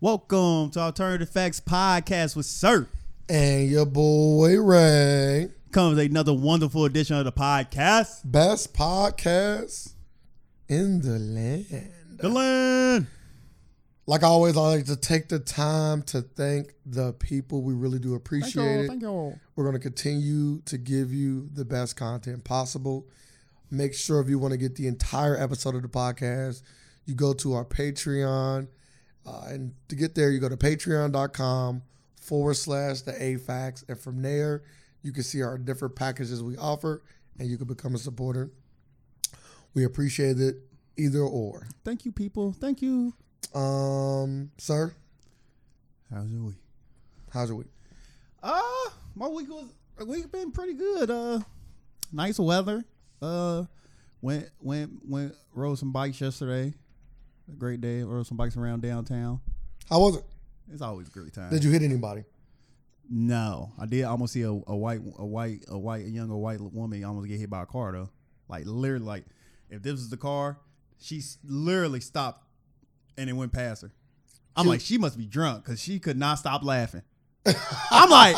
Welcome to Alternative Facts Podcast with Sir. And your boy Ray. Comes another wonderful edition of the podcast. Best podcast in the land. The land. Like always, I like to take the time to thank the people. We really do appreciate it. you. We're going to continue to give you the best content possible. Make sure if you want to get the entire episode of the podcast, you go to our Patreon. Uh, and to get there, you go to patreon.com forward slash the AFAX. And from there, you can see our different packages we offer and you can become a supporter. We appreciate it either or. Thank you, people. Thank you. Um, sir, How's your week? how's your week? Uh, my week was week been pretty good. Uh nice weather. Uh went went went rode some bikes yesterday. A great day. Rode some bikes around downtown. How was it? It's always a great time. Did you hit anybody? No, I did almost see a, a white, a white, a white, a younger white woman almost get hit by a car though. Like literally, like if this was the car, she s- literally stopped and it went past her. I'm She- like, she must be drunk because she could not stop laughing. I'm like,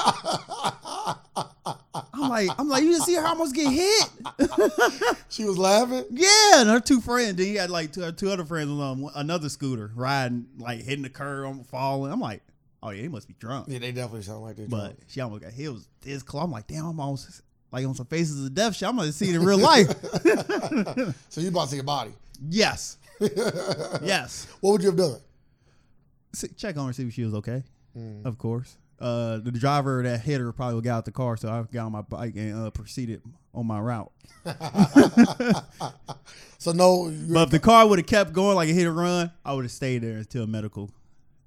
I'm like, I'm like, you didn't see her almost get hit? She was laughing. Yeah, and her two friends. Then he had like two, two other friends on um, another scooter riding, like hitting the curb, um, falling. I'm like, oh yeah, he must be drunk. Yeah, they definitely sound like they But drunk. she almost got hit. It was this close. I'm like, damn, I'm almost like on some faces of death shit. I'm gonna see it in real life. so you about to see a body. yes, yes. What would you have done? S- Check on her, see if she was okay. Of course. Uh, the driver that hit her probably got out the car, so I got on my bike and uh, proceeded on my route. So no, you- But if the car would have kept going like it hit a run, I would have stayed there until medical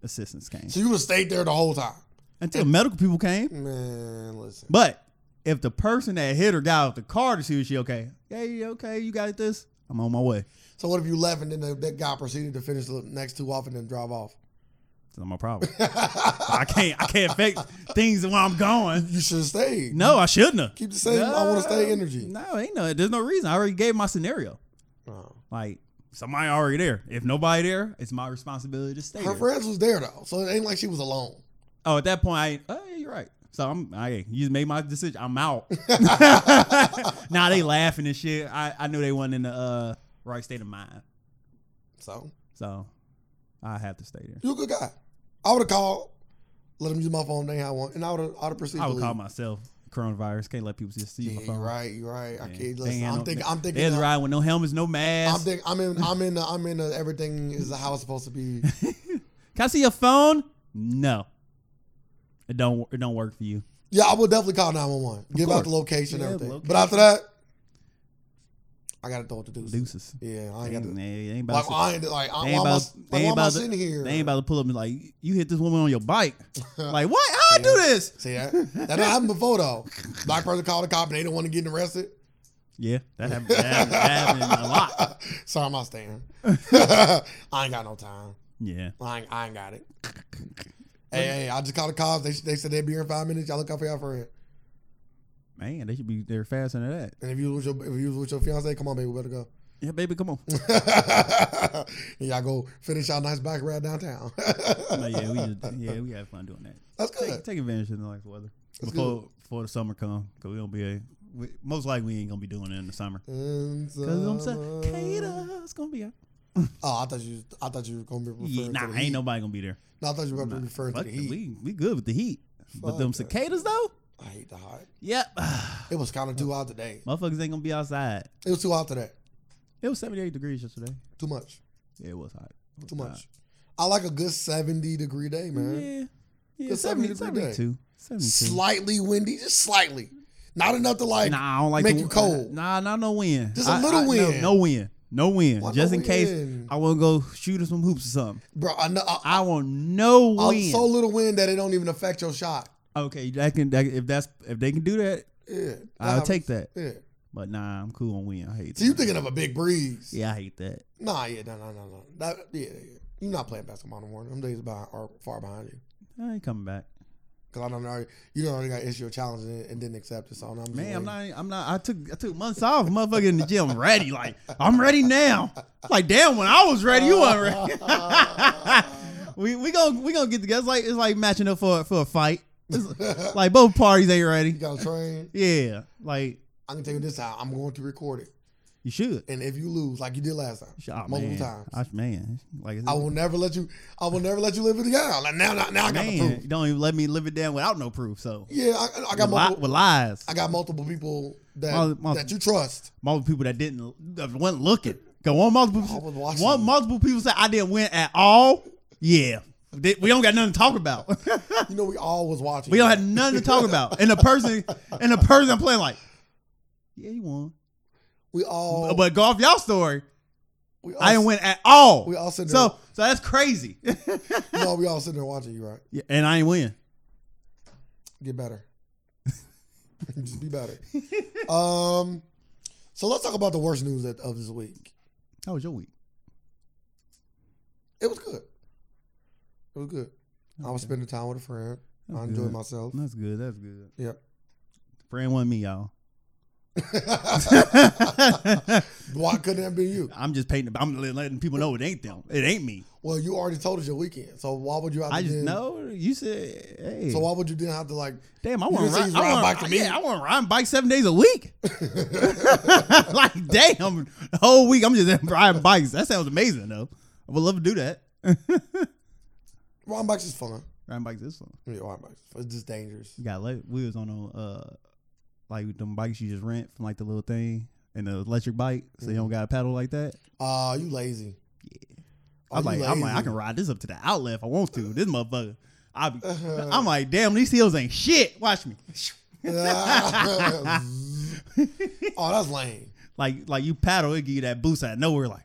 assistance came. so you would have stayed there the whole time. Until medical people came. Man, listen. But if the person that hit her got out the car to see if she okay, hey, okay, you got this. I'm on my way. So what if you left and then the, that guy proceeded to finish the next two off and then drive off? It's not my problem. I can't. I can't fix things while I'm going. You should have stayed. No, I shouldn't have. Keep the same. I want to stay energy. No, ain't no. There's no reason. I already gave my scenario. No. Like somebody already there. If nobody there, it's my responsibility to stay. Her there. friends was there though, so it ain't like she was alone. Oh, at that point, I ain't, oh, yeah, you're right. So I'm, I you made my decision. I'm out. now they laughing and shit. I, I knew they wasn't in the uh, right state of mind, So so I have to stay there. you a good guy. I would have called, let them use my phone they I want, and I would have, I'd have proceeded. I to would call leave. myself coronavirus. Can't let people just see Yeah, my you're phone. right. You're right. Yeah. I can't. They ain't Listen, had I'm no- thinking. I'm thinking. They're of- riding with no helmets, no I'm mask. think I'm in I'm in the, I'm in the, everything is how it's supposed to be. Can I see your phone? No. It don't it don't work for you. Yeah, I will definitely call 911. Give out course. the location Yeah, and everything. location. But after that, I gotta throw it to Deuce. Deuces. Yeah, I ain't Ain't- got to. they ain't about Like, to- I ain't like, they I, ain't why am I, about- s- they like, ain't why am I about to- sitting here? they ain't about to pull up and like you hit this woman on your bike. like what? I do this. See that? That done happened before though. Black person called the cop and they don't want to get arrested. Yeah, that happened, that happened, that happened a lot. Sorry, I'm not staying. I ain't got no time. Yeah. I ain't, I ain't got it. Hey, hey, I just called the cops. They, they said they'd be here in five minutes. Y'all look out for y'all friend. Man, they should be there faster than that. And if you was with your if you was with your fiance, come on, baby, we better go. Yeah, baby, come on. and y'all go finish y'all nice bike ride downtown. No, yeah, we just, yeah, we have fun doing that. That's Take, good. take advantage of the nice weather That's before before the summer comes. Cause we don't be a, we, most likely we ain't gonna be doing it in the summer. Cause I'm saying, Kato, it's gonna be out. Oh, I thought you. I thought you were gonna be referring Yeah, to nah, the ain't heat. nobody gonna be there. No, I thought you were Nah, referring to fuck the it, heat. We we good with the heat, but Fuck them that. cicadas though, I hate the hot. yep, It was kind of too hot today. motherfuckers ain't gonna be outside. It was too hot today. It was seventy eight degrees yesterday. Too much. Yeah, it was hot. It was Too hot. much. I like a good seventy degree day, man. Yeah, yeah, Good 70, 70 degree 72. 72. Slightly windy, just slightly. Not enough to like. nah, I don't like make the- you cold. Nah, nah, no wind. Just a I- little I- no- wind. No, wind. No wind. Why Just no in case wind? I want to go shoot some hoops or something. Bro, I know. I, I want no I- wind. so little wind that it don't even affect your shot. okay, that can that, if that's if they can do that, Yeah, I'll Nah, take that. Yeah. But nah, I'm cool on wind. I hate. So you that. thinking of a big breeze? Yeah, I hate that. Nah, yeah, no, no, no, no. That, yeah, yeah. You're not playing basketball no more. Them days behind, are far behind you. I ain't coming back. Cause I don't know you don't already got issue a challenge and, and didn't accept it. So I'm just Man, I'm waiting. not. I'm not. I took. I took months off. Motherfucker in the gym, ready. Like I'm ready now. Like damn, when I was ready, you weren't ready. we we gonna we gonna get together. It's like it's like matching up for for a fight. It's like both parties ain't ready. You got a train? Yeah, like I can tell you this time. I'm going to record it. you should. And if you lose, like you did last time, You should- oh, multiple man. times, Oh, man, like it's- I will never let you. I will never let you live it down. Like now, now, now I got the man, proof. you don't even let me live it down without no proof. So Yeah, I, I with, got li- multiple. with lies, I got multiple people that Mul- mul- that you trust. multiple people that didn't that wasn't looking. Cause one multiple I was watching one you. multiple people said I didn't win at all. Yeah, They- we don't got nothing to talk about. You know, we all was watching. we you. don't have nothing to talk about. And the person and the person I'm playing like, yeah, you won. We all. But golf y'all story, we all, I didn't win at all. We all sitting there. so so that's crazy. No, we all sitting there watching you. Right. Yeah, and I ain't win. get better. Just be better. um, so let's talk about the worst news that, of this week. How was your week? It was good. It was good. I was spending time with a friend. I That's enjoyed good. myself. That's good. That's good. Yep. Friend won me, y'all. Why couldn't that be you? I'm just painting. I'm letting people know it ain't them. It ain't me. Well, you already told us your weekend, so why would you? Have to I just then- know you said, "Hey, So why would you then have to like? damn, I You want just to say he's ride. I want riding bike to to me. yeah, I want to ride bike seven days a week. like, damn, the whole week I'm just riding bikes. That sounds amazing, though. I would love to do that. Ron bikes is fun. riding bikes is fun. Yeah, Ron bikes. It's just dangerous. You got le- wheels on them, uh, like them bikes you just rent from like the little thing and the electric bike, so you don't got to pedal like that. Uh you lazy. Oh, I'm you like, I'm like, I lazy. can ride this up to the outlet if I want to. This motherfucker. I be, I'm like, damn, these hills ain't shit. Watch me. oh, that's lame. Like, like you paddle, it give you that boost out of nowhere. Like,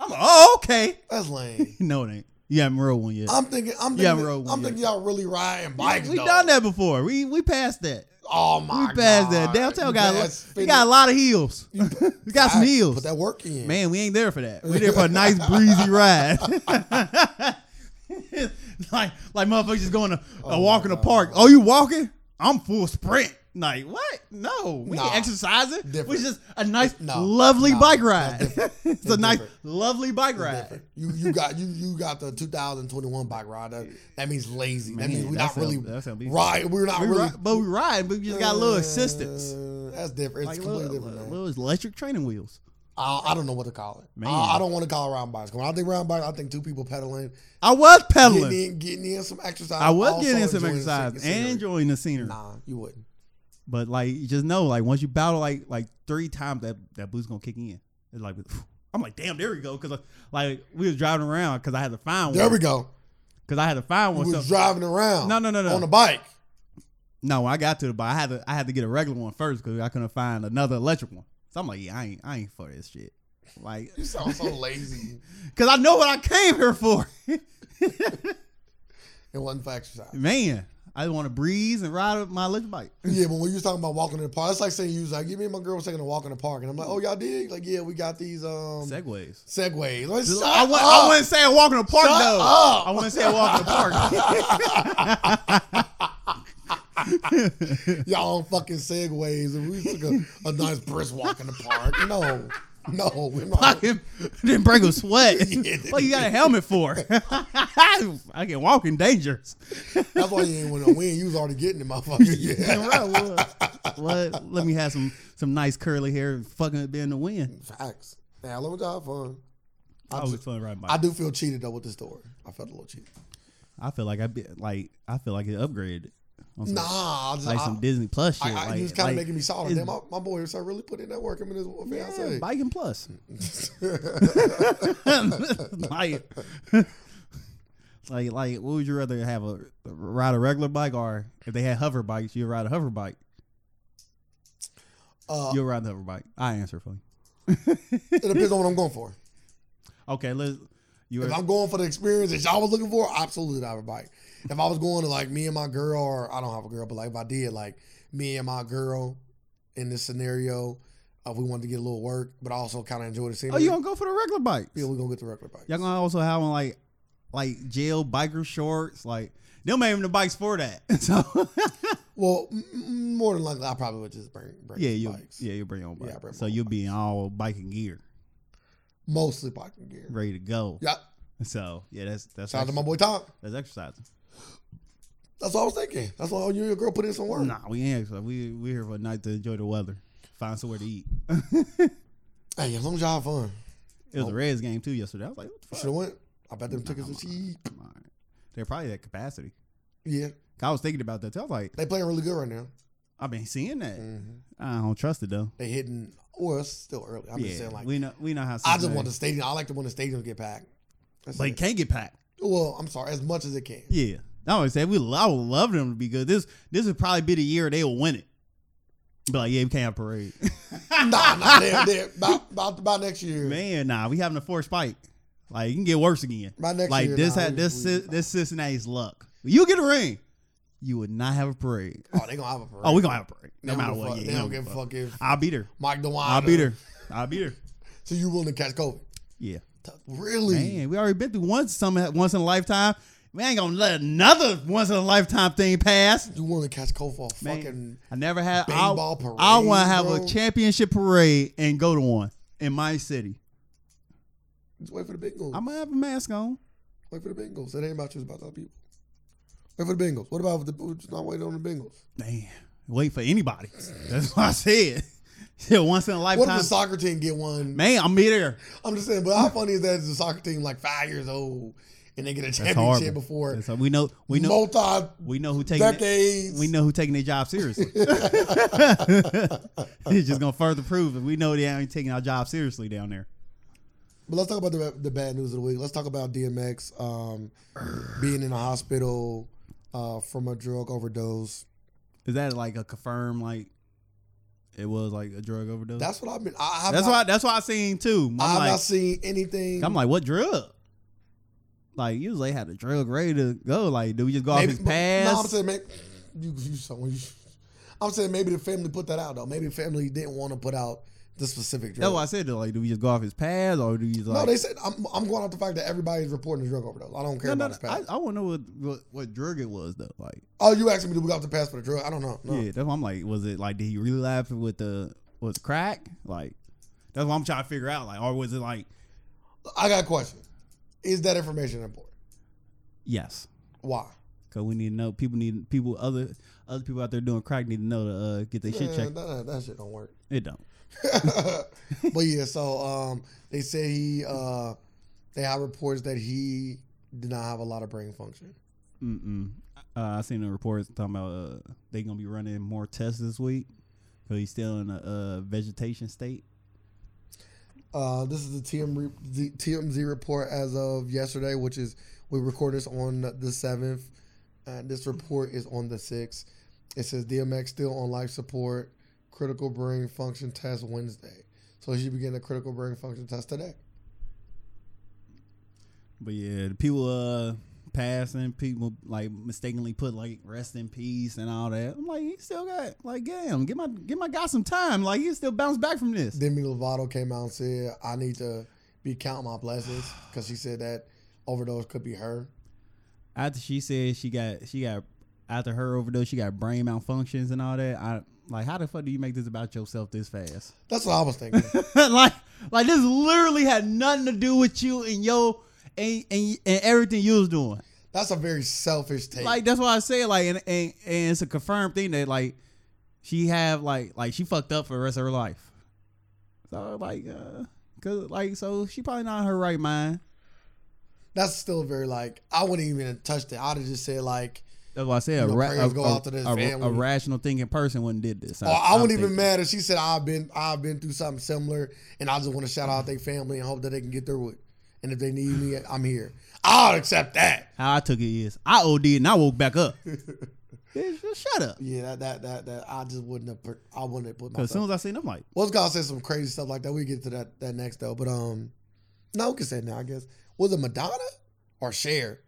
I'm like, oh, okay. That's lame. No, it ain't. You haven't rode one yet. I'm thinking. I'm Yeah, thinking. roll one, I'm yeah. thinking y'all really riding bikes. we though. done that before. We we passed that. Oh my We passed that. god. Downtown You got a passed lot, we fitting- got a lot of hills. we got some I hills. Put that work in, Man, we ain't there for that. We there for a nice breezy ride. like like motherfuckers just going to a walk in the park. Oh, you walking? I'm full sprint. Like what? No, we ain't Nah. exercising. It Different. was just a nice, No, lovely no, bike ride. that's different. it's a That's nice, different. lovely bike ride. You you got you you got the 2021 bike ride. That, that means lazy. Man, that means we're that not sound- really that sound beefy. right. We're not We really. ride, but we ride, but we just got a little Uh, assistance, That's different. It's like completely little, different. little- man. little electric training wheels. I, I don't know what to call it. Man. I, I don't want to call it round bikes. When I think round bikes, I think two people pedaling, I was getting pedaling. in, getting in some exercise. I was also getting in some enjoying the exercise scenery. and enjoying the scenery. Nah, you wouldn't. But like, you just know, like once you battle like like three times, that that boot's gonna kick in. It's like I'm like, damn, there we go. Cause uh, like we was driving around because I had to find There one. we go. Cause I had to find You one. was So, driving around. No, no, no, no. On a bike. no, when I got to the bike, I had to I had to get a regular one first because I couldn't find another electric one. So I'm like, yeah, I ain't I ain't for this shit. Like, You sound so lazy. cause I know what I came here for. It wasn't for exercise. Man, I just want to breeze and ride my electric bike. Yeah, but when you was talking about walking in the park, that's like saying you was like, "Give me and my girl was taking a walk in the park," and I'm like, "Oh, y'all did? Like, yeah, we got these um Segways. segways." Like, shut I, wa- up. I wouldn't say a walk in the park Shut though. up. I wouldn't say a walk in the park. y'all on fucking segways, and we took a, a nice brisk walk in the park. No, no, we're not. fucking didn't break a sweat. Yeah. what you got a helmet for? I can walk in danger. that's why you ain't want to win. You was already getting it, motherfucker. Yeah, Damn right, what? What? Let me have some some nice curly hair and fucking be in the wind. facts. Now, let me y'all have fun. I, Always just- fun riding I bike. do feel cheated though with this story. I felt a little cheated. I, feel like I be like I feel like it upgraded. On some, Nah, I just, like I, some Disney Plus I, shit. I- like, he was kind of like, making me solid. it's- Damn, my, my boy here started really putting in that work. I mean, his Yeah, fiance. biking plus. like, like, like, what would you rather have a ride a regular bike or if they had hover bikes, you ride a hover bike. Uh, You'll ride the hover bike. I answer for you. it depends on what I'm going for. Okay, let's. You If are, I'm going for the experience that y'all was looking for, absolutely not a bike. If I was going to like me and my girl, or I don't have a girl, but like if I did, like me and my girl in this scenario, uh, we wanted to get a little work, but also kind of enjoy the scenery. oh, you gonna go for the regular bike? yeah, we're gonna get the regular bike. Y'all gonna also have on like, like jail biker shorts. Like they'll make them the bikes for that. so Well, m- m- more than likely, I probably would just bring, bring yeah, some you bikes. yeah you bring your own Yeah, bike. I bring my so own you'll be in all biking gear, mostly biking gear. ready to go. Yeah, So yeah, that's that's Shout out to my boy Tom. that's exercising. That's what I was thinking. That's why you and your girl put in some work. Nah, we ain't. exercising. we we here for a night to enjoy the weather, find somewhere to eat. Hey, as long as y'all have fun. It Oh. was a Reds game too yesterday. I was like, what the Should have fuck? went. I bet them tickets were cheap. All right. They're probably at capacity. Yeah, I was thinking about that. Too. I was like, they playing really good right now. I've been seeing that. Mhm. I don't trust it though. They hitting. Or it's still early. I'm yeah, just saying like we know we know how. I just Cincinnati- want the stadium. I like to when the stadiums get packed. That's But it. it can't get packed. Well, I'm sorry, as much as it can. Yeah, I always say we. I would love them to be good. This this would probably be the year they'll win it. But like, yeah, we can't have parade. nah, nah, they're, they're about, about, about next year. Man, nah, we having a forced spike. Like it can get worse again. By next like year, this, nah, had we- this, we- Ci- this Cincinnati's luck. You get a ring, you would not have a parade. Oh, they gonna have a parade. Oh, we gonna have a parade, They no don't matter give a what. fuck- Yeah, they you don't give a fuck if I'll be there. Mike DeWine. I'll be there. I'll be there. So you willing to catch COVID? Yeah, T- Really? man, we already been through once. Some once in a lifetime. We ain't gonna let another once in a lifetime thing pass. You willing to catch COVID for a Man, fucking? I never had. bang I ball parade, I want to have bro. a championship parade and go to one in my city. Just wait for the Bengals. I'm gonna have a mask on. wait for the Bengals. It ain't about you. It's about other people. Wait for the Bengals. What about the? we're Just not waiting on the Bengals. Man, wait for anybody. That's what I said. Yeah, once in a What if lifetime. the soccer team get one? Man, I'm there. I'm just saying. But how funny is that? Is the soccer team like five years old and they get a championship horrible. before That's how we know. We know. multi we know who taking. It, decades? we know who taking their job seriously. it's just gonna further prove that we know they ain't taking our job seriously down there. But let's talk about the, the bad news of the week. Let's talk about DMX um, being in the hospital uh, from a drug overdose. Is that like a confirm? Like it was like a drug overdose. That's what I've been. I, have that's not, why. That's why I seen too. I'm I've like, not seen anything. I'm like, what drug? Like usually they had a drug ready to go. Like, do we just go off maybe, his but- No, I'm past? saying maybe you, you, someone, you. I'm saying maybe the family put that out though. Maybe the family didn't want to put out the specific That's drug. why I said though, like, do we just go off his past or do we just no, like? they said I'm, I'm going off the fact that everybody's reporting a drug overdose. I don't care No, no, about no, his I, past. I want to know what, what what drug it was though. Like, oh, you asking me to go off the past for the drug? I don't know. No. yeah, that's why I'm like, was it like did he relapse with the was crack? Like, that's what I'm trying to figure out. Like, or was it like I got a question. Is that information important? yes? Why? Because we need to know. People need people other other people out there doing crack need to know to uh, get their shit Yeah, checked. Eh, that- that shit don't work. It don't. but yeah, so um, they say he uh, they have reports that he did not have a lot of brain function. Mm-mm. Uh, I seen the reports talking about uh, they gonna be running more tests this week because he's still in a uh, vegetation state. Uh, this is the TM re- the TMZ report as of yesterday, which is we record this on the seventh. Uh, this report is on the sixth. It says DMX still on life support, critical brain function test Wednesday. So he should be getting a critical brain function test today. But yeah, the people uh, passing, people like mistakenly put like rest in peace and all that. I'm like, he still got like, damn, give my give my guy some time. Like he still bounce back from this. Demi Lovato came out and said, "I need to be counting my blessings" because she said that overdose could be her. After she said she got she got after her overdose, she got brain malfunctions and all that. I like, how the fuck do you make this about yourself this fast? That's what I was thinking. like like this literally had nothing to do with you and your and and, and everything you was doing. That's a very selfish take. Like that's why I say like and, and and it's a confirmed thing that like she have like like she fucked up for the rest of her life. So like uh cause like so she probably not in her right mind. That's still very like I wouldn't even touch that. I'd have just said like, That's why I say a, You know, ra- prayers a, go a- out to this a- family. a rational thinking person wouldn't did this. oh, I I'm wouldn't even thinking. mad if she said I've been I've been through something similar, and I just want to shout out their family and hope that they can get through it. And if they need me, I'm here. I'll accept that. How I took it is I OD and I woke back up. Bitch, just shut up. Yeah, that that that, that I just wouldn't have. put- I wouldn't have put Cause as soon myself. as I seen, it, I'm like, What's God said some crazy stuff like that. We get to that that next though. But um, no, we can say it now. I guess was it Madonna or Cher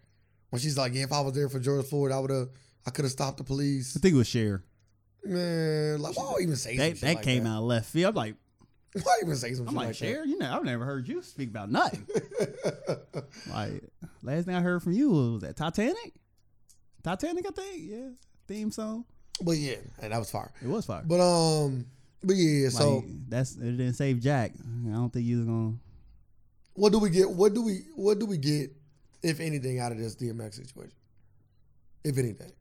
when she's like, yeah, if I was there for George Floyd, I would have. I could have stopped the police. I think it was Cher. Man, like why would I even say some That shit that like came out of left field. I'm like, Why would I even say some I'm shit like, like Cher, you know, I've never heard you speak about nothing. like, last thing I heard from you was that Titanic. Titanic, I think, yeah, theme song. that? But yeah, and that was fire. It was fire. But um, but yeah, so like, that's it didn't save Jack. I don't think you was gonna. What do we get? What do we? What do we get, if anything, out of this DMX situation? If anything,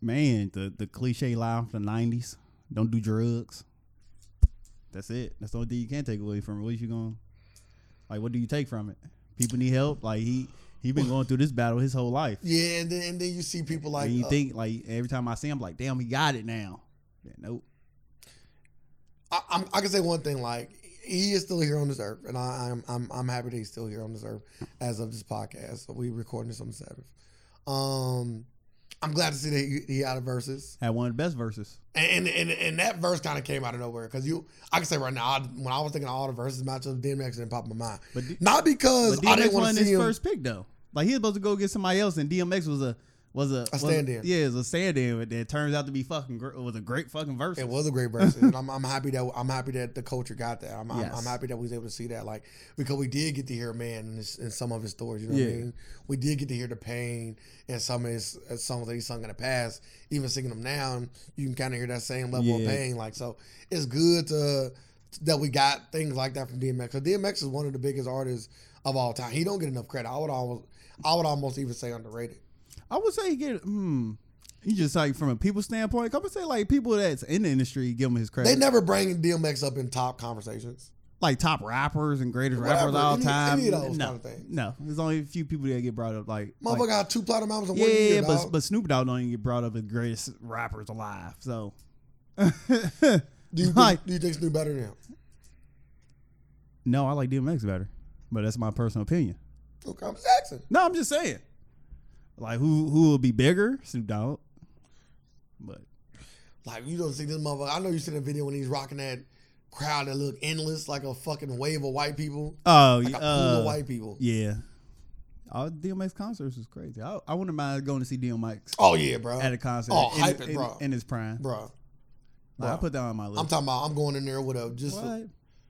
Man, the the cliche line from the nineties: "Don't do drugs." That's it. That's the only thing you can take away from it. What you going? Like, what do you take from it? People need help. Like he he been going through this battle his whole life. yeah. And then and then you see people like and you uh, think like every time I see him, like, damn, he got it now. Yeah, nope. I, I'm, I can say one thing: like he is still here on this earth, and I, I'm I'm I'm happy that he's still here on this earth as of this podcast. So we recording this on the seventh. Um, I'm glad to see that he, he out of verses, Had one of the best verses. and and and, and that verse kind of came out of nowhere because you I can say right now I, when I was thinking of all the verses matchups, DMX didn't pop in my mind, But, D- but not because I DMX didn't want wasn't to his see him. first pick though. Like he was supposed to go get somebody else, and DMX was a was a, was- stand-in. Yeah, it was a stand in, but that turns out to be fucking gr- was a great fucking verse. It was a great verse, and I'm, I'm happy that I'm happy that the culture got that. I'm, I'm, Yes. I'm happy that we was able to see that, like because we did get to hear man in, his, in some of his stories. You know what I Yeah. mean? We did get to hear the pain and some of his uh, songs that he sung in the past. Even singing them now, you can kind of hear that same level of Yeah. pain. Like so, it's good to that we got things like that from DMX. Because DMX is one of the biggest artists of all time. He don't get enough credit. I would almost, I would almost even say underrated. I would say he get hmm. You just like from a people standpoint, I would say like people that's in the industry give him his credit. They never bring DMX up in top conversations. like top rappers and greatest Whatever, rappers of all any- time. any of those no, kind of things. no, there's only a few people that get brought up. Like, Motherfucker like got two platinum albums in yeah, one year. yeah, but dog. but Snoop Dogg don't even get brought up as greatest rappers alive. So, Do you, think- Like- do you think Snoop better than him? no, I like DMX better, but that's my personal opinion. Okay, I'm Jackson. No, I'm just saying, like who who will be bigger, Snoop Dogg, but Like you don't see this motherfucker. I know you seen the video when he's rocking that crowd that look endless, like a fucking wave of white people, oh, like a pool uh, of white people. yeah. All DMX concerts is crazy. I, I wouldn't mind going to see DMX Oh yeah, bro, at a concert. Oh, in, hype it, in- bro. in his prime. bro. Like, I bro. put that on my list. I'm talking about. I'm going in there with a just. a- What?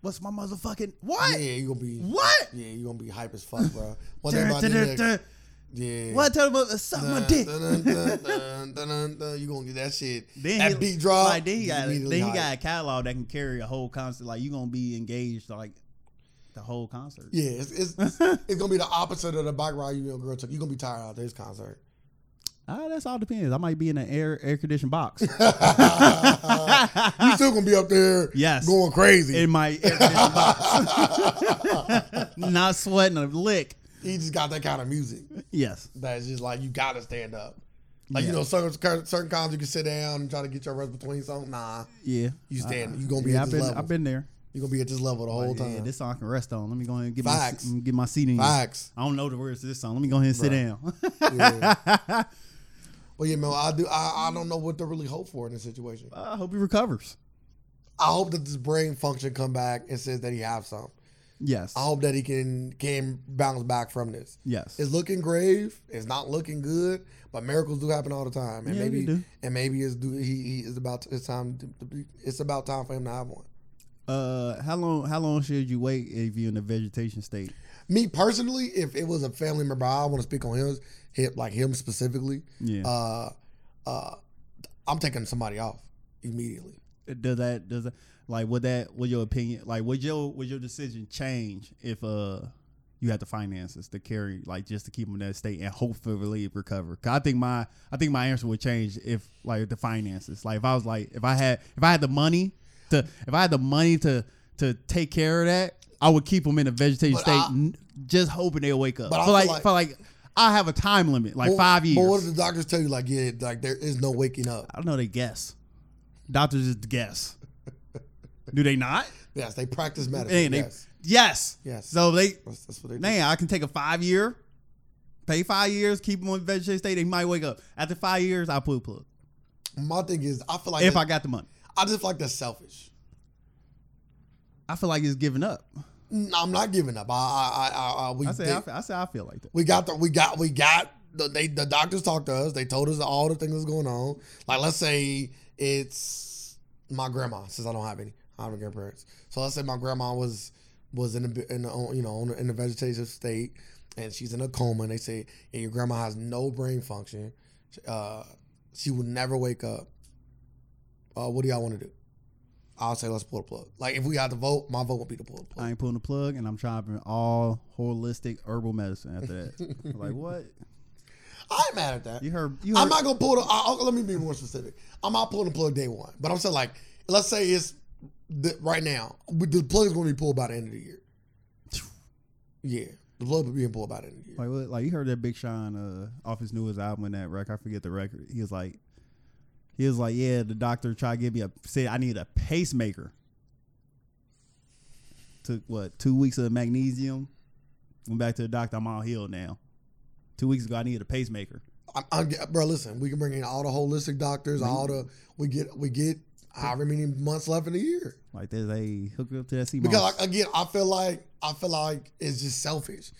What's my motherfucking what? yeah, you gonna be. What? Yeah, you gonna be hype as fuck, bro. One thing Dun, about dun, dun, DMX. dun. Yeah. What? Tell them suck my Dun, dick. dun, dun, dun, dun, dun, dun. You gonna get that shit? Then that he- beat drop. Like then he got a, immediately then he hype. got a catalog that can carry a whole concert. Like you gonna be engaged like the whole concert. Yeah, it's, it's it's gonna be the opposite of the bike ride you and your girl took. You're gonna be tired after this concert. Ah, that's all depends. I might be in an air air conditioned box you still gonna be up there Yes. going crazy. in my air conditioned box, not sweating a lick. he just got that kind of music Yes. that's just like you gotta stand up. Like you Yeah. know, certain certain certain times you can sit down and try to get your rest between songs. Nah, Yeah. You stand- you gonna be Uh, yeah, at I've this been, level. I've been there. you're gonna be at this level the whole Yeah, time. this song I can rest on. Let me go ahead and get Facts. my get my seat in. here. Facts. I don't know the words to this song. Let me go ahead and sit down. Yeah. well, yeah, man. I do. I, I don't know what to really hope for in this situation. I hope he recovers. I hope that this brain function come back and says that he have some. Yes. I hope that he can can bounce back from this. yes. It's looking grave. It's not looking good, but miracles do happen all the time, and Yeah, they maybe do. and maybe it's do he, he is about it's time to, to be, it's about time for him to have one. Uh, how long? How long should you wait if you're in the vegetation state? Me personally, if it was a family member, I want to speak on him, him like him specifically. Yeah. Uh, uh, I'm taking somebody off immediately. does that? Does that? Like, would that? Would your opinion? Like, would your would your decision change if uh you had the finances to carry like just to keep him in that state and hopefully recover? 'Cause I think my I think my answer would change if like the finances. Like, if I was like if I had if I had the money to if I had the money to to take care of that, I would keep him in a vegetation But state, I- n- just hoping they'll wake up. But I But feel like, like- for like. I have a time limit, like But- five years. But what if the doctors tell you like yeah, like there is no waking up? I don't know. They guess. Doctors just guess. Do they not? Yes, they practice Man, medicine. they- yes, yes. Yes. So they, that's, that's what they do. man, I can take a five year, pay five years, keep them on vegetation state. They might wake up after five years. I put plug My thing is, I feel like if that- I got the money. I just feel like that's selfish. I feel like it's giving up. No, I'm not giving up. I, I, I, I we, I say, did- I, feel, I say, I feel like that. we got the, we got, we got the, they, the doctors talked to us. They told us all the things that's going on. Like, let's say it's my grandma, since I don't have any, I don't have grandparents. So let's say my grandma was, was in the, in the, you know, in the, in the vegetative state and she's in a coma and they say, yeah, your grandma has no brain function. Uh, she will never wake up. Uh, what do y'all want to do? I'll say let's pull the plug. Like if we had to vote, my vote would be to pull the plug. I ain't pulling the plug, and I'm trying all holistic herbal medicine after that. like what? I ain't mad at that. You heard? You heard? I'm not gonna pull the. I'll, let me be more specific. I'm not pulling the plug day one, but I'm saying like, let's say it's the, right now. we- The plug is gonna be pulled by the end of the year. Yeah, the plug will be being pulled by the end of the year. Like, what, like you heard that Big Sean uh, off his newest album in that record. I forget the record. He was like, he was like, yeah, the doctor tried to give me a said I need a pacemaker. Took what two weeks of magnesium. Went back to the doctor. I'm all healed now. Two weeks ago, I needed a pacemaker. I'm, I'm, bro, listen, we can bring in all the holistic doctors, all the we get we get however many months left in the year. Like there's a hook it up to that C. Because like, again, I feel like I feel like it's just selfish.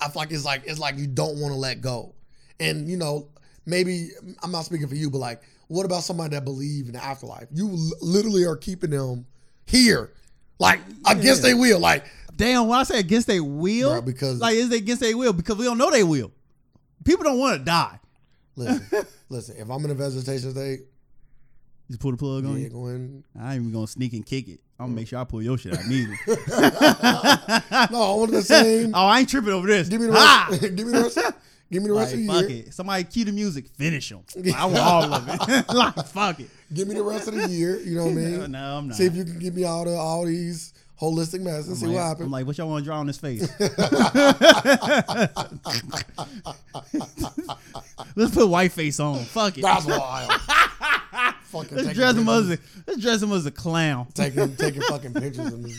I feel like it's like it's like you don't want to let go, and you know maybe I'm not speaking for you, but like what about somebody that believe in the afterlife? You li- literally are keeping them here, like against Yeah. they will, like Damn, when I say against their will, Bruh, because- like is they against their will because we don't know they will. People don't want to die. listen, listen. If I'm in a vegetation state, Just pull the plug on yeah, you. go in. I ain't even gonna sneak and kick it. I'm gonna make sure I pull your shit out immediately. No, I want the same. oh, I ain't tripping over this. give me the Ah! rest. give me the rest. Give me the rest Like, of the fuck year. it. Somebody cue the music. Finish them. I want all of it. like, fuck it. Give me the rest of the year. You know what I mean? No, no, I'm not. See if you can give me all the all these holistic medicine. See I'm what like- happens. I'm like, what y'all want to draw on his face? Let's put white face on. Fuck it. That's wild. fucking Let's taking dress him as pictures- a, let's dress him as a clown. taking taking fucking pictures of me.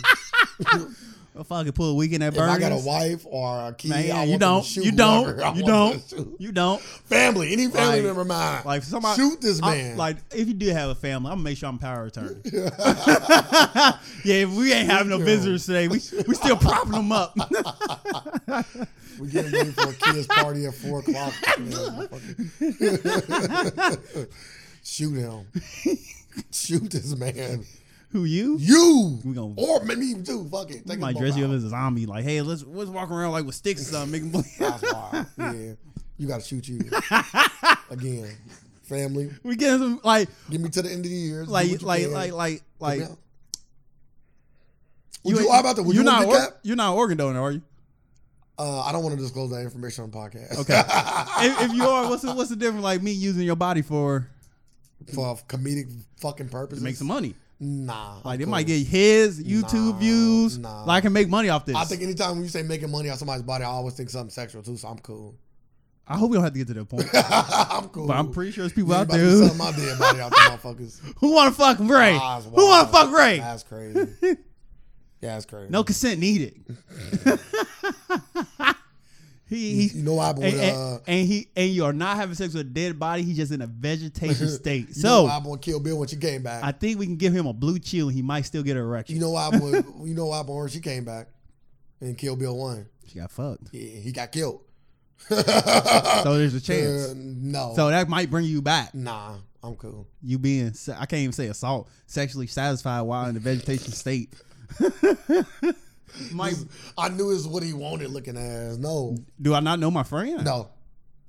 I'll fucking pull a weekend at If I got a Burgers. wife or a kid, I Man, want you them to don't. shoot You don't. whoever You I want them don't. to shoot. You don't. Family, any family Like- member of mine. Like somebody shoot this I- man. like if you do have a family, I'm gonna make sure I'm power attorney. yeah, if we ain't having no Shoot visitors today, we we still propping them up. we getting ready for a kid's party at four o'clock. Man, fucking- shoot him. shoot this man. Who you? You We gonna- or maybe you too. Fuck it. I Take might them dress both you up out. as a zombie. Like, hey, let's let's walk around like with sticks or something. Make 'em believe. That's wild. Yeah. You gotta shoot you. Again. Family. we get some like Give me to the end of the year. do what like you like can. like like like. Help me out. Would you, ain't- how about that? Would you, you're not want to or- get that? you're not an organ donor, are you? Uh, I don't want to disclose that information on podcast. Okay. if, if you are, what's the, what's the difference? Like me using your body for For comedic fucking purposes. to make some money. Nah. Like I'm it might cool. get his YouTube Nah, views. nah. Like I can make money off this. I think anytime when you say making money off somebody's body, I always think something sexual too, so I'm cool. I hope we don't have to get to that point. I'm cool. But I'm pretty sure there's people You out about there to do who, something my dead body out there, motherfuckers. who want to fuck Ray. Eyes Who want to wide. fuck Ray? That's crazy. Yeah, that's crazy. No consent needed. he You he. know what happened And, with uh and, and he and you are not having sex with a dead body. He's just in a vegetation state. you know So what happened with Kill Bill when she came back. I think we can give him a blue chill. and He might still get an erection. You know why? Boy, you know why? Boy, she came back and Kill Bill won. she got fucked. Yeah, he got killed. So there's a Uh, chance. no. So that might bring you back. nah, I'm cool. You being se- I can't even say assault, sexually satisfied while in the vegetation state. might I knew it's what he wanted. Looking ass. No, do I not know my friend? no,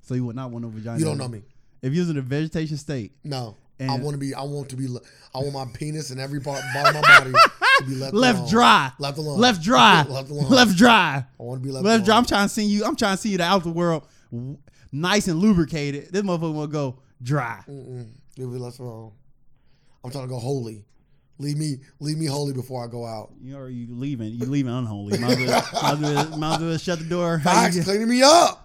So you would not want no vagina. you don't know me. If you're in a vegetation state, No, I And- want to be. I want to be. le- I want my penis and every part, part of my body to be left left alone. dry, Left alone. left dry, Oh, Left alone. left dry, I want to be left. left dry. alone. I'm trying to see you. I'm trying to see you the outer world, w- nice and lubricated. This motherfucker will go dry. Mm-mm. Leave me left alone. I'm trying to go holy. Leave me. Leave me holy before I go out. You know, or you leaving? You leaving unholy? Might as well, might as well, might as well shut the door. How you Facts, get- cleaning me up.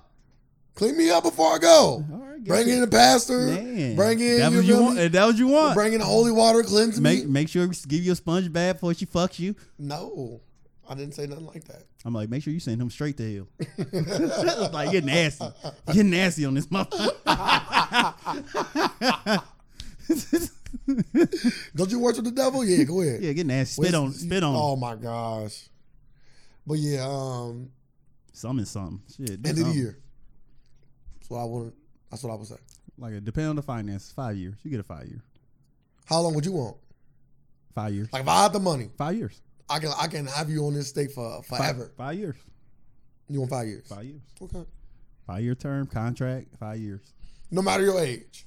Clean me up before I go. All right, get bring it. in the pastor. Man, Bring in that you what you feel want. me? If That what you want. Bring in the holy water, cleanse Make me. make sure we give you a sponge bath before she fucks you. No, I didn't say nothing like that. I'm like, make sure you send him straight to hell. like you're nasty, you're nasty on this motherfucker. Don't you worship the devil? Yeah, go ahead. yeah, get nasty. Where's- Spit on, spit on. Oh him. my gosh. But yeah, um, Summon something. Shit. do end of the something. year. That's what I want. That's what I would say. Like it depend on the finances. Five years. You get a five year. How long would you want? Five years. Like if I had the money, Five years. I can I can have you on this state for Five, forever. five years. You want five years? Five years. Okay. Five year term contract. Five years. No matter your age.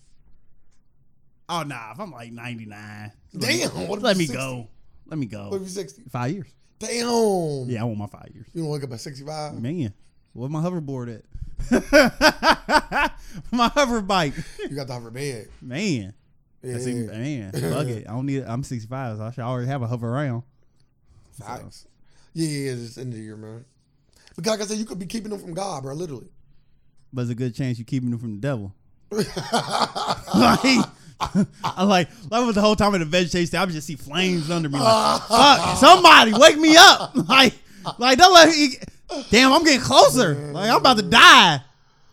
Oh nah. If I'm like 99, Damn. What if let you me 60? go. Let me What if go. you're 60? Five years. Damn. Oh. Yeah, I want my five years. You don't wake up at 65. Man, where's my hoverboard at? my hover bike. You got the hover bed. Man. Yeah. That's even, man, fuck it. I don't need. I'm 65, so I should already have a hover around. Facts. Yeah, yeah, yeah. It's end of the year, man. Because like I said, you could be keeping them from God, bro. Literally. But it's a good chance you keeping them from the devil. like, I like that was the whole time in the vegetation. state, I would just see flames under me. Like, fuck, somebody wake me up. Like, like don't let me. Damn, I'm getting closer. Like I'm about to die.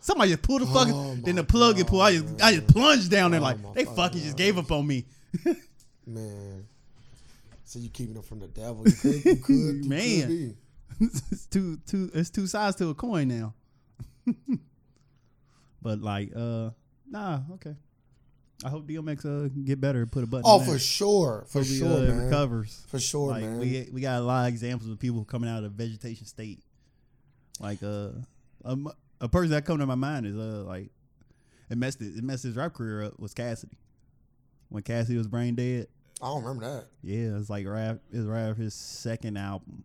Somebody just pulled the fucking. Oh then the my plug get pulled. I just I just plunged down there. Oh Like my they fucking fucking just gave up on me. Man. So you keeping them from the devil. You could, you could, you could Man. be. it's two two it's two sides to a coin now. but like uh nah, okay. I hope DMX uh can get better and put a button. Oh, on for that. sure. For Hope he, sure, uh, man. recovers. For sure, like man. we we got a lot of examples of people coming out of vegetation state. Like uh a, m- a person that come to my mind is uh like it messed it, it messed his rap career up was Cassidy. When Cassidy was brain dead, I don't remember that. yeah, it's like right af- it's right after his second album.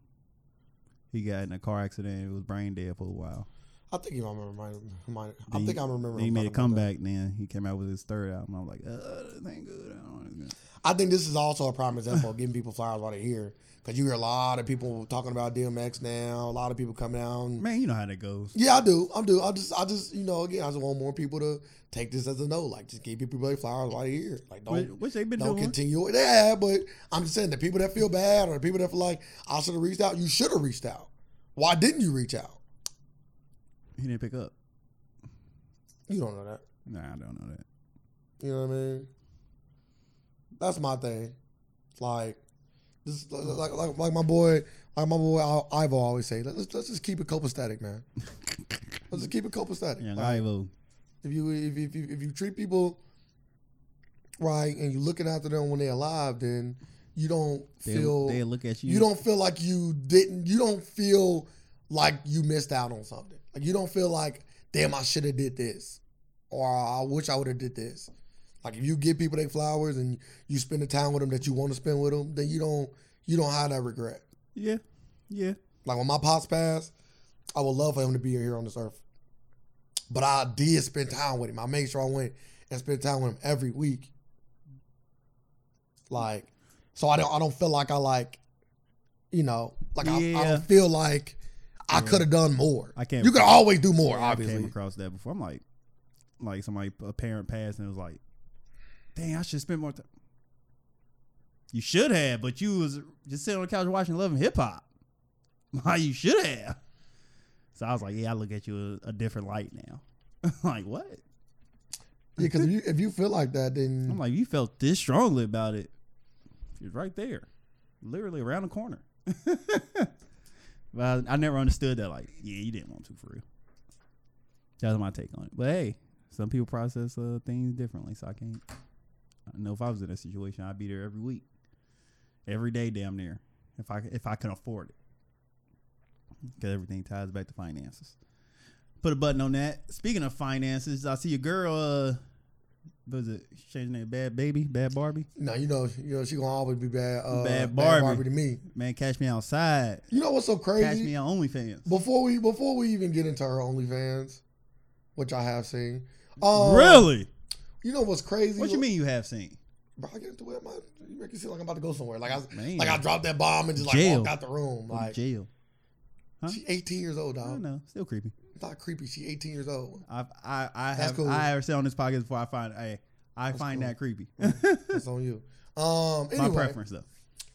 He got in a car accident. It was brain dead for a while. I think you remember my, my I Then think he- I remember. Then he made a about that. comeback. Then he came out with his third album. I'm like, uh, this ain't good. I don't want it. I think this is also a prime example of giving people flowers while they're here. Because you hear a lot of people talking about DMX now, a lot of people coming out. and- Man, you know how that goes. Yeah, I do. I do. I just, I just, you know, again, I just want more people to take this as a no. Like, just give people their flowers while they're here. Like, Which, don't, which they've been don't doing. continue. Yeah, but I'm just saying the people that feel bad or the people that feel like I should have reached out. You should have reached out. Why didn't you reach out? He didn't pick up. You don't know that. Nah, I don't know that. You know what I mean? That's my thing. Like, this, like, like, like my boy, like my boy I- Ivo always say, let's let's just keep it copacetic, man. let's just keep it copacetic. Young Like, Ivo. if you if, if you if you treat people right and you're looking after them when they're alive, then you don't They, feel they look at you. you don't feel like you didn't you don't feel like you missed out on something like you don't feel like damn i should have did this or i wish i would have did this like if you give people their flowers and you spend the time with them that you want to spend with them then you don't you don't have that regret Yeah, yeah. like when my pops passed i would love for him to be here on this earth but i did spend time with him i made sure i went and spent time with him every week like so i don't i don't feel like i like you know like I, I Yeah. don't feel like i Yeah. could have done more I can't. you could always do more I came obviously across that before. I'm like, like somebody a parent passed and it was like, dang, I should spend more time. You should have, but you was just sitting on the couch watching Love and Hip Hop. Like you should have. So I was like, yeah, I look at you a, a different light now. like what? yeah because if you if you feel like that then I'm like, you felt this strongly about it. It's right there, literally around the corner. but I, I never understood that. Like, yeah, you didn't want to for real. That's my take on it. But hey, some people process uh, things differently, so I can't. I know if I was in that situation, I'd be there every week, every day, damn near, if I if I can afford it, because everything ties back to finances. Put a button on that. Speaking of finances, I see your girl. Uh, what is it? She changed her name. Bad baby, bad Barbie. no you know you know she gonna always be bad uh, Bad bad, Barbie. Barbie. to me Man, catch me outside. you know what's so Catch crazy me on OnlyFans. Before we before we even get into her OnlyFans, which I have seen. Um, really? You know what's crazy? What you mean you have seen? Bro, I get into it. My, you make it seem like I'm about to go somewhere. Like I Man. like I dropped that bomb and just like Jail. walked out the room. From Like uh, jail. huh? she 18 years old, I dog. don't know. Still creepy. It's not creepy. She 18 years old. I I I That's have cool. I have said on this podcast before. I find I I find cool. that creepy. That's on you. Um. My Anyway, preference though,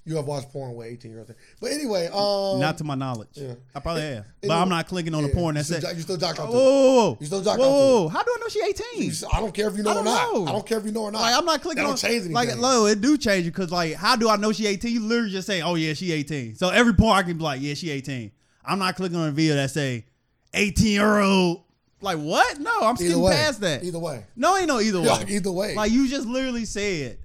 you have watched porn with 18 year olds. But anyway, um. not to my knowledge. yeah. I probably have, but Anyway, I'm not clicking on the yeah, porn. you That's still it. Oh. jo- You still jock Whoa, off to it. whoa, whoa. You still jock whoa, off to whoa, whoa. How do I know she 18? You s- I don't care if you know I don't or not. know. I don't care if you know or not. Like I'm not clicking That don't on. change anything. Like no, it do change it because like how do I know she 18? You literally just say, oh yeah, she 18. So every point I can be like, yeah, she 18. I'm not clicking on a video that say 18 year old. Like what? No, I'm either skipping way. past that. Either way. no, ain't no either way. Yeah, either way. Like you just literally said.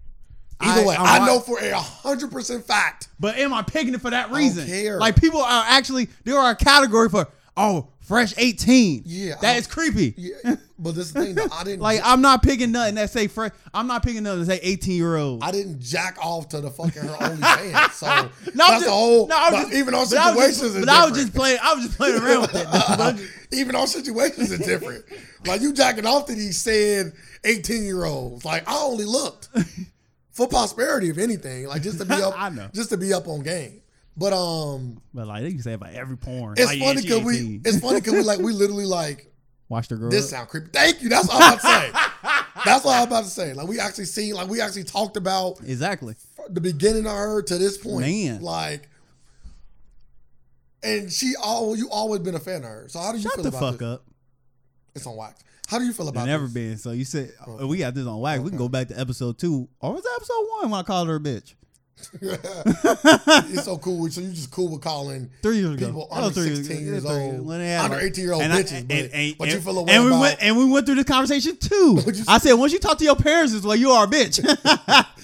Either way, I'm I wa- know for a hundred percent fact. But am I picking it for that reason? care. Like people are actually there are a category for oh, fresh 18. Yeah, that I- is creepy. Yeah, but this thing, though, I didn't Like I'm not picking nothing that say fresh. I'm not picking nothing that say 18 year old. I didn't jack off to the fucking her OnlyFans. So No, I'm that's just- the whole. no, I'm but just- even on but I was just- situations, is But I was different. just playing. I was just playing around with it. But I'm just- even on situations are different. like you jacking off to these sad eighteen year olds. Like I only looked for prosperity, if anything, like just to be up, I know. just to be up on game. But um, But like they can say about every porn. it's like, yeah, funny she because we, 18. it's funny because we like we literally like watch the girl. this up. sound creepy. Thank you. That's all I'm about to say. That's what I'm about to say. Like we actually seen, like we actually talked about exactly. the beginning of her to this point. Man. Like and she all you always been a fan of her. So how do you Shut feel the about fuck this? up. It's on wax. How do you feel They about never this? Oh. been. So you said oh, Okay. we got this on wax. We can go back to episode two, or was that episode one when I called her a bitch? it's so cool. So you just cool with calling Three years ago. people That under was three sixteen ago. years Yeah, three old, When they had under a- eighteen year old and I- bitches. and- but, and- but you and- feel a way and we about went and we went through this conversation too. What'd you I said once you talk to your parents, is like you are a bitch.